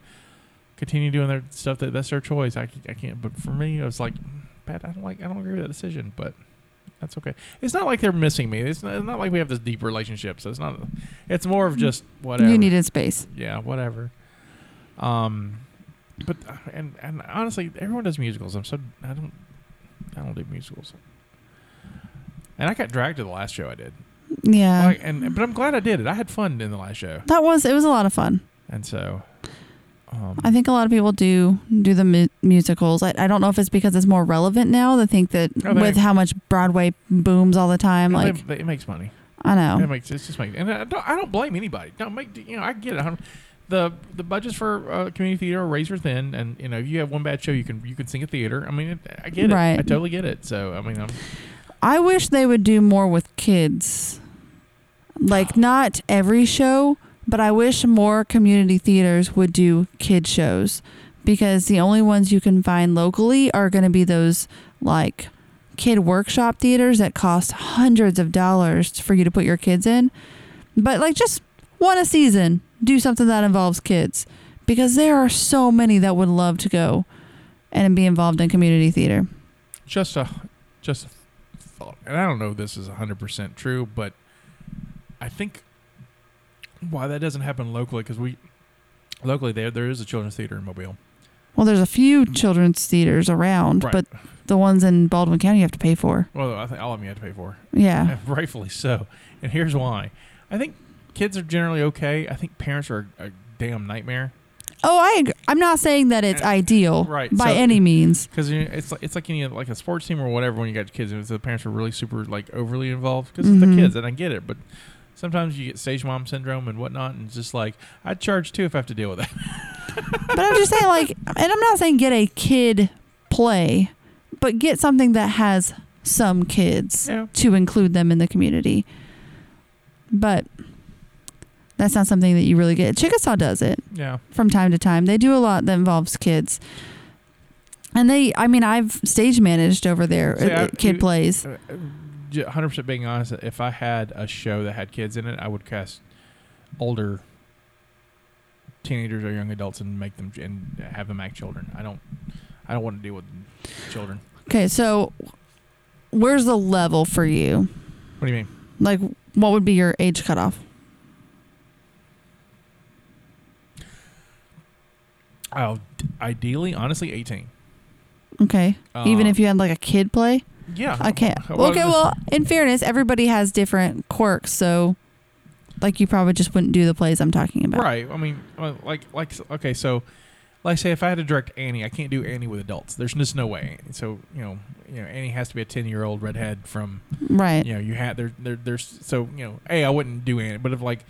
continue doing their stuff, that that's their choice. I, c- I can't. But for me, I was like, Pat, I don't like. I don't agree with that decision, but that's okay. It's not like they're missing me. It's not, it's not like we have this deep relationship. So it's not. It's more of just whatever.
Mm. You needed space.
yeah, whatever. Um, but and and honestly, everyone does musicals. I'm so I don't I don't do musicals. And I got dragged to the last show I did.
Yeah.
Like, and but I'm glad I did it. I had fun in the last show,
that was it was a lot of fun.
and so. Um,
I think a lot of people do do the mu- musicals. I, I don't know if it's because it's more relevant now. I think that
Oh, they-
with how much Broadway booms all the time,
It-
like oh.
it- it makes money.
I know.
It makes it's just making, and I don't, I don't blame anybody. Don't make you know I get it. I'm- the the budgets for uh, community theater are razor thin, and you know if you have one bad show, you can you can sing at theater. I mean, it, I get it.
Right.
I totally get it. So I mean, I'm,
I wish they would do more with kids. Like not every show, but I wish more community theaters would do kid shows because the only ones you can find locally are going to be those like kid workshop theaters that cost hundreds of dollars for you to put your kids in. But like just one a season, do something that involves kids because there are so many that would love to go and be involved in community theater.
Just a just a thought, and I don't know if this is hundred percent true, but I think why that doesn't happen locally because we locally there there is a children's theater in Mobile.
Well, there's a few children's theaters around,
Right.
but the ones in Baldwin County you have to pay for.
Well, I think all of them you have to pay for,
Yeah.
rightfully so. And here's why: I think kids are generally okay. I think parents are a, a damn nightmare.
Oh, I agree. I'm not saying that it's
Uh,
ideal
right,
by
so-
any means.
Because you know, it's like it's like any like a sports team or whatever. When you got kids, and if the parents are really super like overly involved because
Mhm.
they're kids, and I get it. But sometimes you get stage mom syndrome and whatnot, and it's just like I charge too if I have to deal with that.
But I'm just saying, like, and I'm not saying get a kid play, but get something that has some kids
Yeah.
to include them in the community. But that's not something that you really get. Chickasaw does it.
Yeah,
from time to time. They do a lot that involves kids. And they, I mean, I've stage managed over there,
See,
at-
I-
at kid
you-
plays.
hundred percent. Being honest, if I had a show that had kids in it, I would cast older teenagers or young adults and make them and have them act children. I don't. I don't want to deal with children.
Okay, so where's the level for you?
What do you mean?
Like, what would be your age cutoff?
I'll, Oh, ideally, honestly, eighteen.
Okay, even
Uh,
if you had like a kid play.
Um, yeah,
Okay.
Well,
okay. Well, in fairness, everybody has different quirks, so like you probably just wouldn't do the plays I'm talking about.
Right. I mean, uh, like, like, okay, so, like, say if I had to direct Annie, I can't do Annie with adults. There's just no way. So, you know, you know, Annie has to be a ten year old redhead from,
Right.
you know, you had there, there, there's so, you know, hey, I wouldn't do Annie, but if like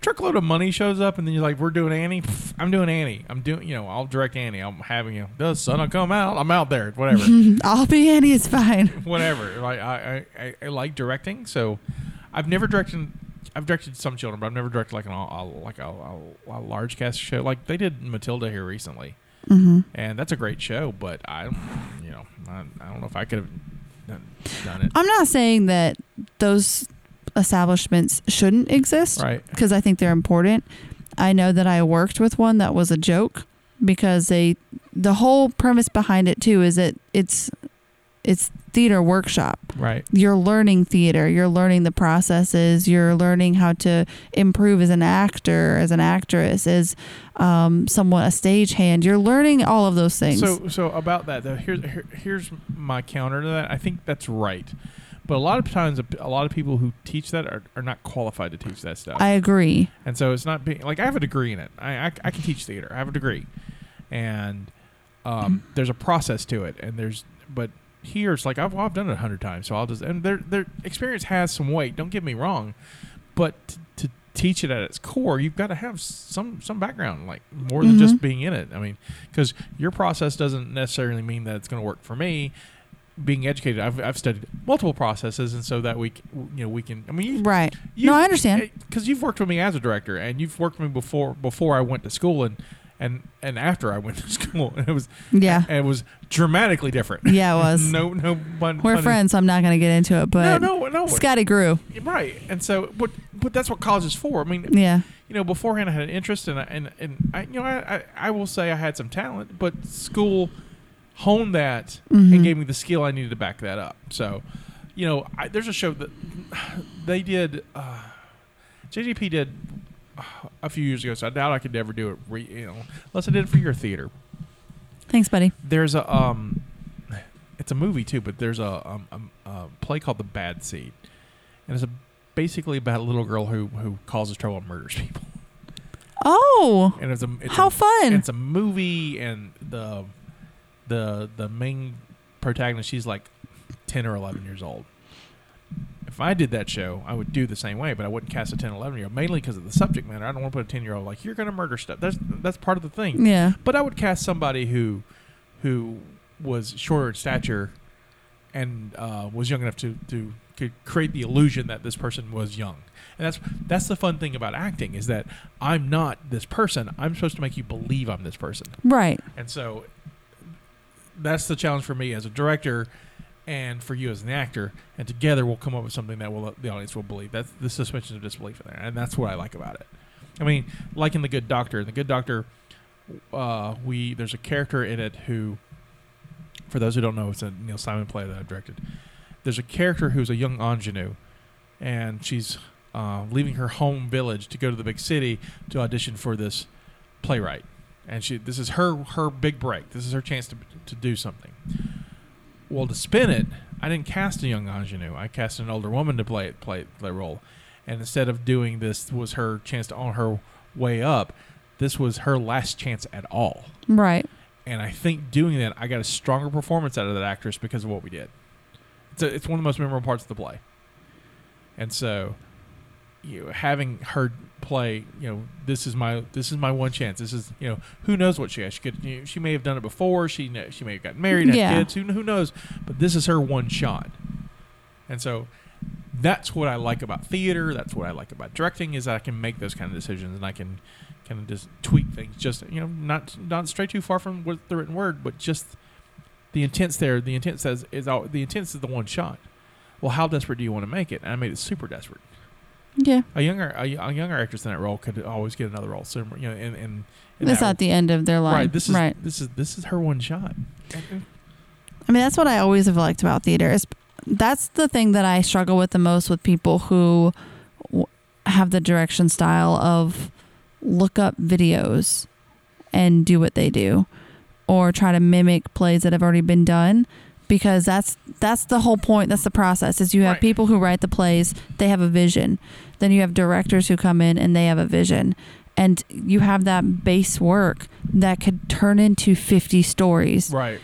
truckload of money shows up and then you're like, we're doing Annie, pff, I'm doing Annie, I'm doing, you know, I'll direct Annie, I'm having you, know, the sun will come out, I'm out there, whatever
I'll be Annie. It's fine.
whatever. Like I, I, I, I like directing, so I've never directed. I've directed some children, but I've never directed like an all all- like a, a, a large cast show. Like they did Matilda here recently,
hmm
and that's a great show. But I, you know, I, I don't know if I could have done, done it.
I'm not saying that those establishments shouldn't exist.
Right?
because I think they're important. I know that I worked with one that was a joke because they the whole premise behind it too is that it's it's theater workshop.
Right.
You're learning theater, you're learning the processes, you're learning how to improve as an actor, as an actress, as um, someone a stagehand. You're learning all of those things.
So so about that though, here's here, here's my counter to that. I think that's right, but a lot of times, a, a lot of people who teach that are, are not qualified to teach that stuff.
I agree.
And so it's not being like I have a degree in it. I, I, I can teach theater. I have a degree, and um, there's a process to it. And there's but here it's like I've, well, I've done it a hundred times, so I'll just and their their experience has some weight. Don't get me wrong, but t- to teach it at its core, you've got to have some some background, like more than
Mhm.
just being in it. I mean, because your process doesn't necessarily mean that it's going to work for me. Being educated, I've, I've studied multiple processes, and so that we c- you know we can. I mean, you,
Right. No, I understand.
because you've worked with me as a director, and you've worked with me before before I went to school, and and and after I went to school, and it was
Yeah.
and it was dramatically different.
Yeah, it was.
no, no, pun,
We're
pun-
friends, so I'm not gonna get into it,
No,
but
no, no.
Scotty grew.
Right, and so, but but that's what college is for. I mean,
Yeah.
you know, beforehand I had an interest, and I, and and I, you know, I, I I will say I had some talent, but school honed that
Mhm.
and gave me the skill I needed to back that up. So, you know, I, there's a show that they did. Uh, JGP did uh, a few years ago, so I doubt I could ever do it. Re, you know, unless I did it for your theater.
Thanks, buddy.
There's a um, it's a movie too, but there's a um, um, a play called The Bad Seed, and it's a, basically about a little girl who who causes trouble and murders people.
Oh.
And it's a it's
How
a,
fun.
It's a movie, and the the the main protagonist she's like ten or eleven years old. If I did that show, I would do the same way, but I wouldn't cast a 10, 11 year old mainly because of the subject matter. I don't want to put a ten year old like you're going to murder stuff. That's that's part of the thing.
Yeah.
But I would cast somebody who who was shorter in stature and uh, was young enough to to could create the illusion that this person was young. And that's that's the fun thing about acting is that I'm not this person. I'm supposed to make you believe I'm this person.
Right.
And so that's the challenge for me as a director and for you as an actor. And together we'll come up with something that will the audience will believe. That's the suspension of disbelief in there. And that's what I like about it. I mean, like in the Good Doctor. In the Good Doctor, uh, we there's a character in it who, for those who don't know, it's a Neil Simon play that I directed. There's a character who's a young ingenue, and she's uh, leaving her home village to go to the big city to audition for this playwright. And she this is her her big break. This is her chance to to do something. Well, to spin it, I didn't cast a young ingenue. I cast an older woman to play play play role. And instead of doing this was her chance to on her way up, this was her last chance at all.
Right.
And I think doing that, I got a stronger performance out of that actress because of what we did. It's, a, it's one of the most memorable parts of the play. And so, you know, having her play, you know, this is my this is my one chance. This is you know, who knows what she has. She could you know, she may have done it before. She kn- she may have gotten married, had
Yeah.
kids. Who, kn- who knows? But this is her one shot. And so, that's what I like about theater. That's what I like about directing is that I can make those kind of decisions and I can kind of just tweak things. Just you know, not not stray too far from what the written word, but just the intent's there. The intent says is all, the intent is the one shot. Well, how desperate do you want to make it? And I made it super desperate.
Yeah.
A younger a, a younger actress in that role could always get another role. Similar, you know, and and, and
That's not the end of their life.
right. This is
right.
this is this is her one shot.
I mean, that's what I always have liked about theater. Is that's the thing that I struggle with the most with people who w- have the direction style of look up videos and do what they do, or try to mimic plays that have already been done. Because that's that's the whole point. That's the process. Is you have
Right.
people who write the plays, they have a vision. Then you have directors who come in and they have a vision, and you have that base work that could turn into fifty stories
Right.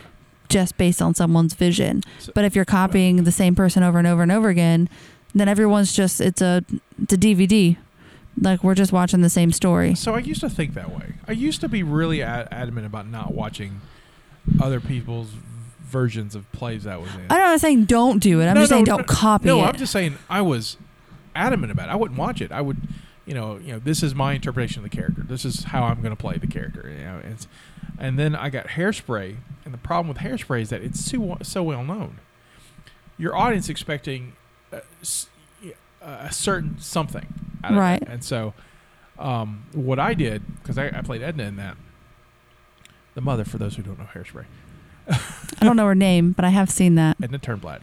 just based on someone's vision.
So-
but if you're copying the same person over and over and over again, then everyone's just it's a it's a DVD. Like we're just watching the same story.
So I used to think that way. I used to be really ad- adamant about not watching other people's versions of plays I was in.
I'm not saying don't do it. I'm
No,
just
no,
saying
no,
don't copy
no,
it.
I'm just saying I was adamant about it. I wouldn't watch it. I would, you know, you know, this is my interpretation of the character. This is how I'm going to play the character. You know, it's, and then I got Hairspray, and the problem with Hairspray is that it's so so well known. Your audience expecting a, s- a certain something, out of it.
Right.
And so, um, what I did because I, I played Edna in that. The mother, for those who don't know Hairspray,
I don't know her name, but I have seen that.
Edna Turnblad.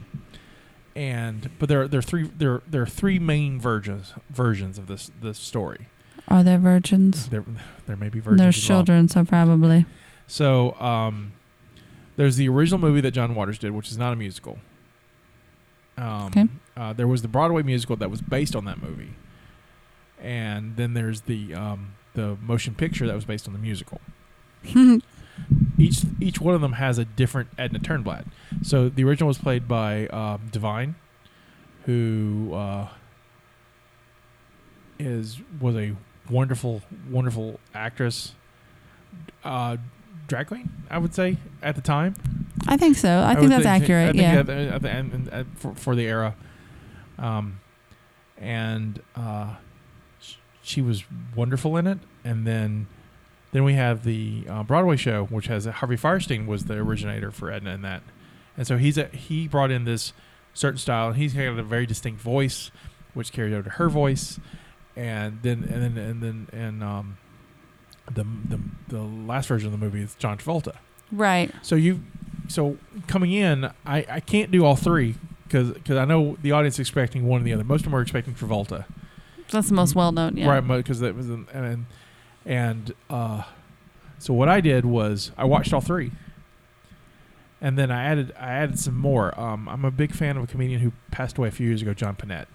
And but there are, there are three there are, there are three main versions versions of this this story.
Are there virgins?
There there may be versions.
Mm-hmm. There's
involved.
children, so probably.
So um, there's the original movie that John Waters did, which is not a musical. Um,
Okay.
Uh, there was the Broadway musical that was based on that movie, and then there's the um, the motion picture that was based on the musical. Each each one of them has a different Edna Turnblad. So the original was played by um, Divine, who uh, is was a wonderful wonderful actress, uh, drag queen I would say at the time.
I think so. I, think
would
that's accurate.
I think
yeah.
that- uh, uh, and- and, uh, for, for the era, um, and uh, sh- she was wonderful in it. And then, then we have the uh, Broadway show, which has Harvey Firestein was the originator for Edna in that, and so he's a, he brought in this certain style, and he's got a very distinct voice, which carried over to her voice, and then and then and then and um, the the the last version of the movie is John Travolta.
right.
So you, so coming in, I, I can't do all three because I know the audience is expecting one or the other. Most of them are expecting Travolta,
That's the most well known. Yeah.
right? Because that was in, and and uh, so what I did was I watched all three, and then I added I added some more. Um, I'm a big fan of a comedian who passed away a few years ago, John Panette.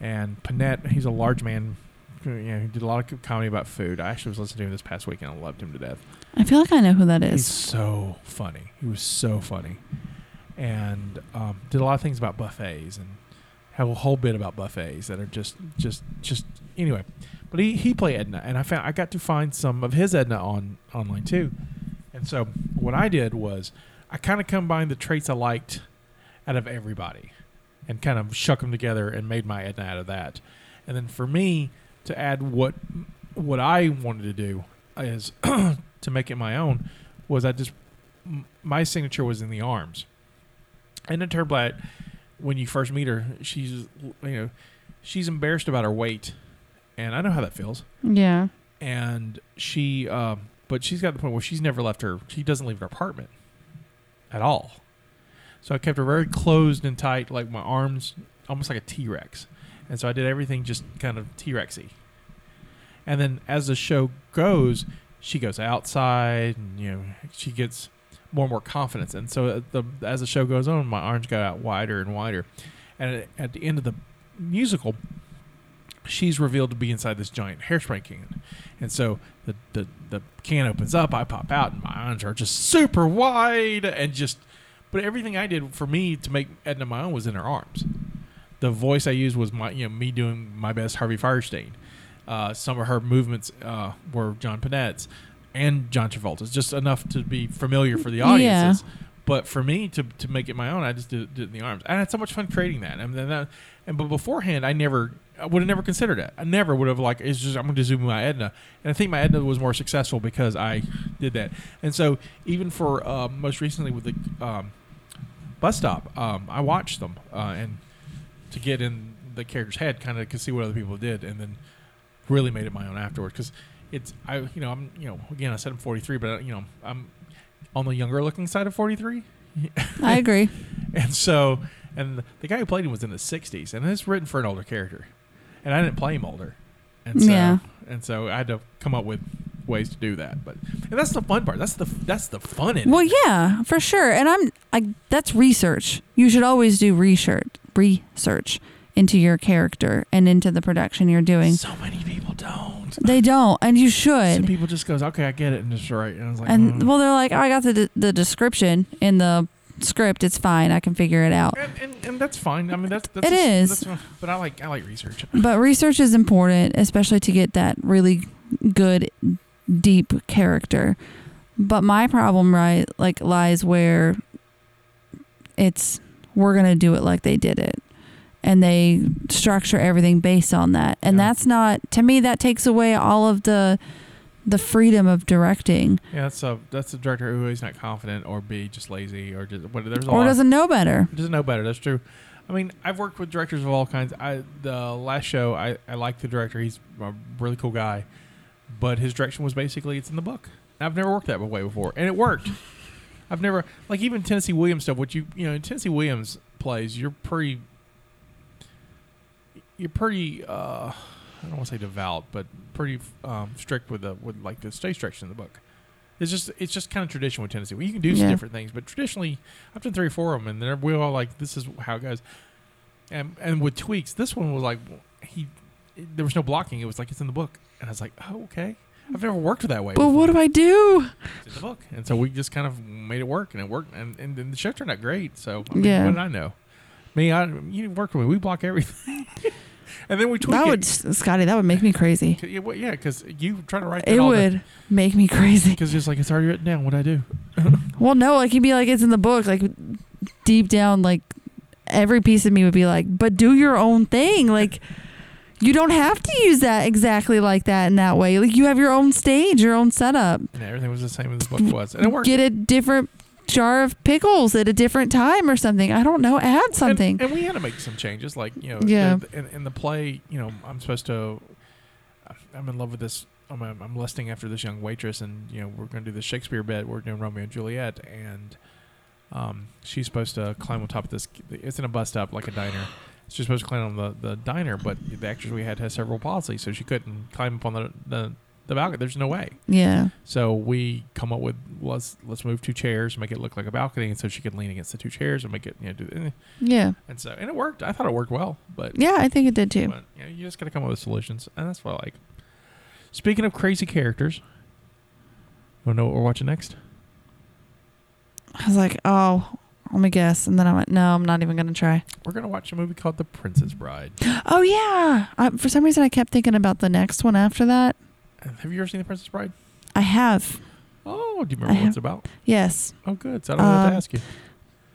And Panette, he's a large man. You know, he did a lot of comedy about food. I actually was listening to him this past week and I loved him to death.
I feel like I know who that
He's
is.
so funny. He was so funny, and um, did a lot of things about buffets and have a whole bit about buffets that are just, just, just anyway. But he he played Edna, and I found I got to find some of his Edna on online too, and so what I did was I kind of combined the traits I liked out of everybody, and kind of shuck them together and made my Edna out of that, and then for me to add what what I wanted to do is to make it my own was I just m- my signature was in the arms. And in Turnblatt, when you first meet her, she's you know she's embarrassed about her weight and I know how that feels.
Yeah.
And she, um, but she's got the point where she's never left her. She doesn't leave her apartment at all. So I kept her very closed and tight, like my arms, almost like a T Rex. And so I did everything just kind of T Rexy. And then as the show goes, she goes outside, and you know she gets more and more confidence. And so at the, as the show goes on, my arms got out wider and wider. And at, at the end of the musical, she's revealed to be inside this giant hairspray can. And so the, the, the can opens up, I pop out, and my arms are just super wide and just. But everything I did for me to make Edna my own was in her arms. The voice I used was my, you know, me doing my best Harvey Firestein. Uh, some of her movements uh, were John Panette's and John Travolta's, just enough to be familiar for the
Yeah.
audiences. But for me to, to make it my own, I just did, did it in the arms. I had so much fun creating that. And then that, and but beforehand, I never I would have never considered it. I never would have like it's just I'm going to zoom my Edna. And I think my Edna was more successful because I did that. And so even for uh, most recently with the um, bus stop, um, I watched them uh, and to get in the character's head, kind of could see what other people did, and then really made it my own afterwards. Because it's I you know I'm you know again I said I'm 43, but uh, you know I'm on the younger looking side of 43.
I agree.
And so, and the guy who played him was in his 60s, and it's written for an older character, and I didn't play him older, and so,
Yeah.
and so I had to come up with ways to do that. But and that's the fun part. That's the that's the fun in
Well,
it.
yeah, for sure. And I'm I that's research. You should always do research, research into your character and into the production you're doing.
So many people don't.
They don't, and you
Some
should.
people just goes, okay, I get it, and it's right. And I was like,
And
mm.
well, they're like, oh, I got the de- the description in the script. It's fine. I can figure it out.
and, and, and that's fine. I mean, that's that's
It is.
just- that's- but I like I like research.
But research is important, especially to get that really good, deep character. But my problem, right, like lies where it's we're gonna do it like they did it, and they structure everything based on that, and
Yeah.
that's not to me. That takes away all of the the freedom of directing,
Yeah, that's a that's a director who is not confident, or B just lazy, or just what there's a
or
lot.
doesn't know better.
doesn't know better. That's true. I mean, I've worked with directors of all kinds. I the last show, I I like the director. He's a really cool guy, but his direction was basically it's in the book. I've never worked that way before, and it worked. I've never like even Tennessee Williams stuff. What you you know, in Tennessee Williams plays. You're pretty. You're pretty. uh I don't want to say devout, but pretty um, strict with the with like the stage direction of the book. It's just it's just kind of tradition with Tennessee. Well, you can do some
Yeah.
different things, but traditionally, I've done three or four of them, and they're we all like this is how it goes. And and with tweaks, this one was like he there was no blocking. It was like it's in the book, and I was like, oh okay. I've never worked that way.
But
before.
what do I do?
It's in the book. And so we just kind of made it work, and it worked, and, and, and the show turned out great. So I mean,
Yeah.
what did I know? Me, I you worked with me. We block everything, and then we tweak
That
it.
would, Scotty, that would make me crazy.
'Cause- yeah, well, yeah, because you try to write that
It would make me crazy.
because it's like it's already written down. What I do?
Well, no, like he'd be like, it's in the book. Like deep down, like every piece of me would be like, but do your own thing. Like you don't have to use that exactly like that in that way. Like you have your own stage, your own setup.
And everything was the same as the book was, and it worked.
Get a different jar of pickles at a different time or something. I don't know. Add
And-
something.
And, we had to make some changes, like you know,
Yeah.
the- In, in the play, you know, I'm supposed to. I'm in love with this. I'm, I'm lusting after this young waitress, and you know, we're going to do the Shakespeare bit. We're doing Romeo and Juliet, and um, she's supposed to climb on top of this. It's in a bus stop, like a diner. She's supposed to climb on the, the diner, but the actress we had has several policies, so she couldn't climb up on the the, the balcony. There's no way.
yeah.
So we come up with let's let's move two chairs, make it look like a balcony, and so she could lean against the two chairs and make it you know do.
Yeah.
And so, and it worked. I thought it worked well, but,
Yeah, I think it did too.
but, you, know, you just got to come up with solutions, and that's what I like. Speaking of crazy characters, want to know what we're watching next?
I was like, oh, let me guess. And then I went, no, I'm not even going to try.
We're gonna watch a movie called The Princess Bride.
Oh, yeah. I, for some reason, I kept thinking about the next one after that.
Have you ever seen The Princess Bride?
I have.
Oh, do you
I
remember what
have-
it's about?
Yes.
Oh, good. So I don't know what
Um,
to ask you.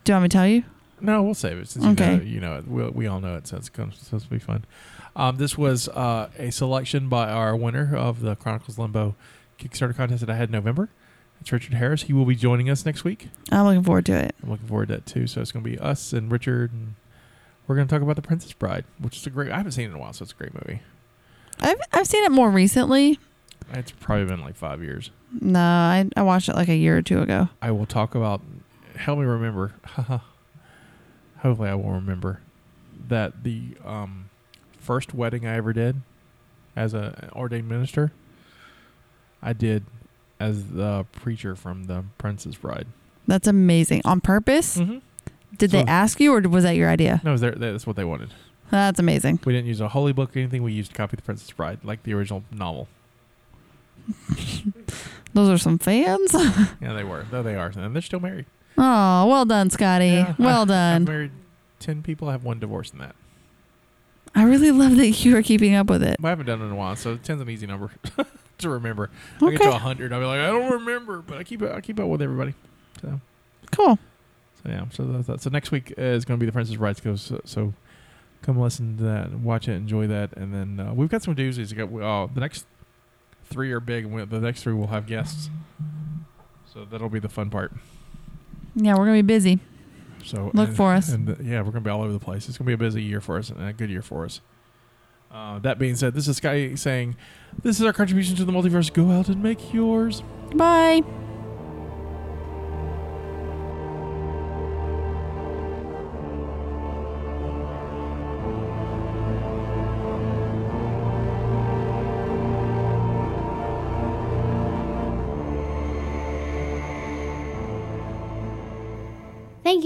Do you want me to tell you?
No, we'll save it since
okay.
you know you know it. We, we all know it, so it's gonna- it's supposed to be fun. Um, this was uh, a selection by our winner of the Chronicles Limbo Kickstarter contest that I had in November. It's Richard Harris. He will be joining us next week.
I'm looking forward to it.
I'm looking forward to that too. So it's going to be us and Richard, and we're going to talk about The Princess Bride, which is a great. I haven't seen it in a while, so it's a great movie.
I've, I I've seen it more recently.
It's probably been like five years.
No, I, I watched it like a year or two ago.
I will talk about. Help me remember. Hopefully, I will remember that the um, first wedding I ever did as a ordained minister, I did as the preacher from the Princess Bride.
That's amazing. On purpose?
Mm-hmm.
Did
So-
they ask you, or was that your idea?
No, it was their- that's what they wanted.
That's amazing.
We didn't use a holy book or anything. We used a copy of the Princess Bride, like the original novel.
Those are some fans. oh,
Yeah, they were. Though they are, and they're still married.
well done, Scotty.
Yeah,
well
I've
done.
married ten people. I have one divorce in that.
I really love that you are keeping up with it.
I haven't done it in a while, so ten's an easy number to remember. I get
Okay,
to hundred, I'll be like, I don't remember, but I keep I keep up with everybody. So,
cool.
so yeah. So that's that. so next week uh, is going to be the Princess Bride. So, so- so come listen to that, watch it, enjoy that, and then uh, we've got some doozies. We got we- uh, the next three are big, and we, the next three will have guests. So that'll be the fun part.
Yeah, we're gonna be busy.
So
Look
and-
for us.
And uh, yeah, we're gonna be all over the place. It's gonna be a busy year for us and a good year for us. Uh, that being said, this is Sky saying, "This is our contribution to the multiverse. Go out and make yours."
Bye.
Thank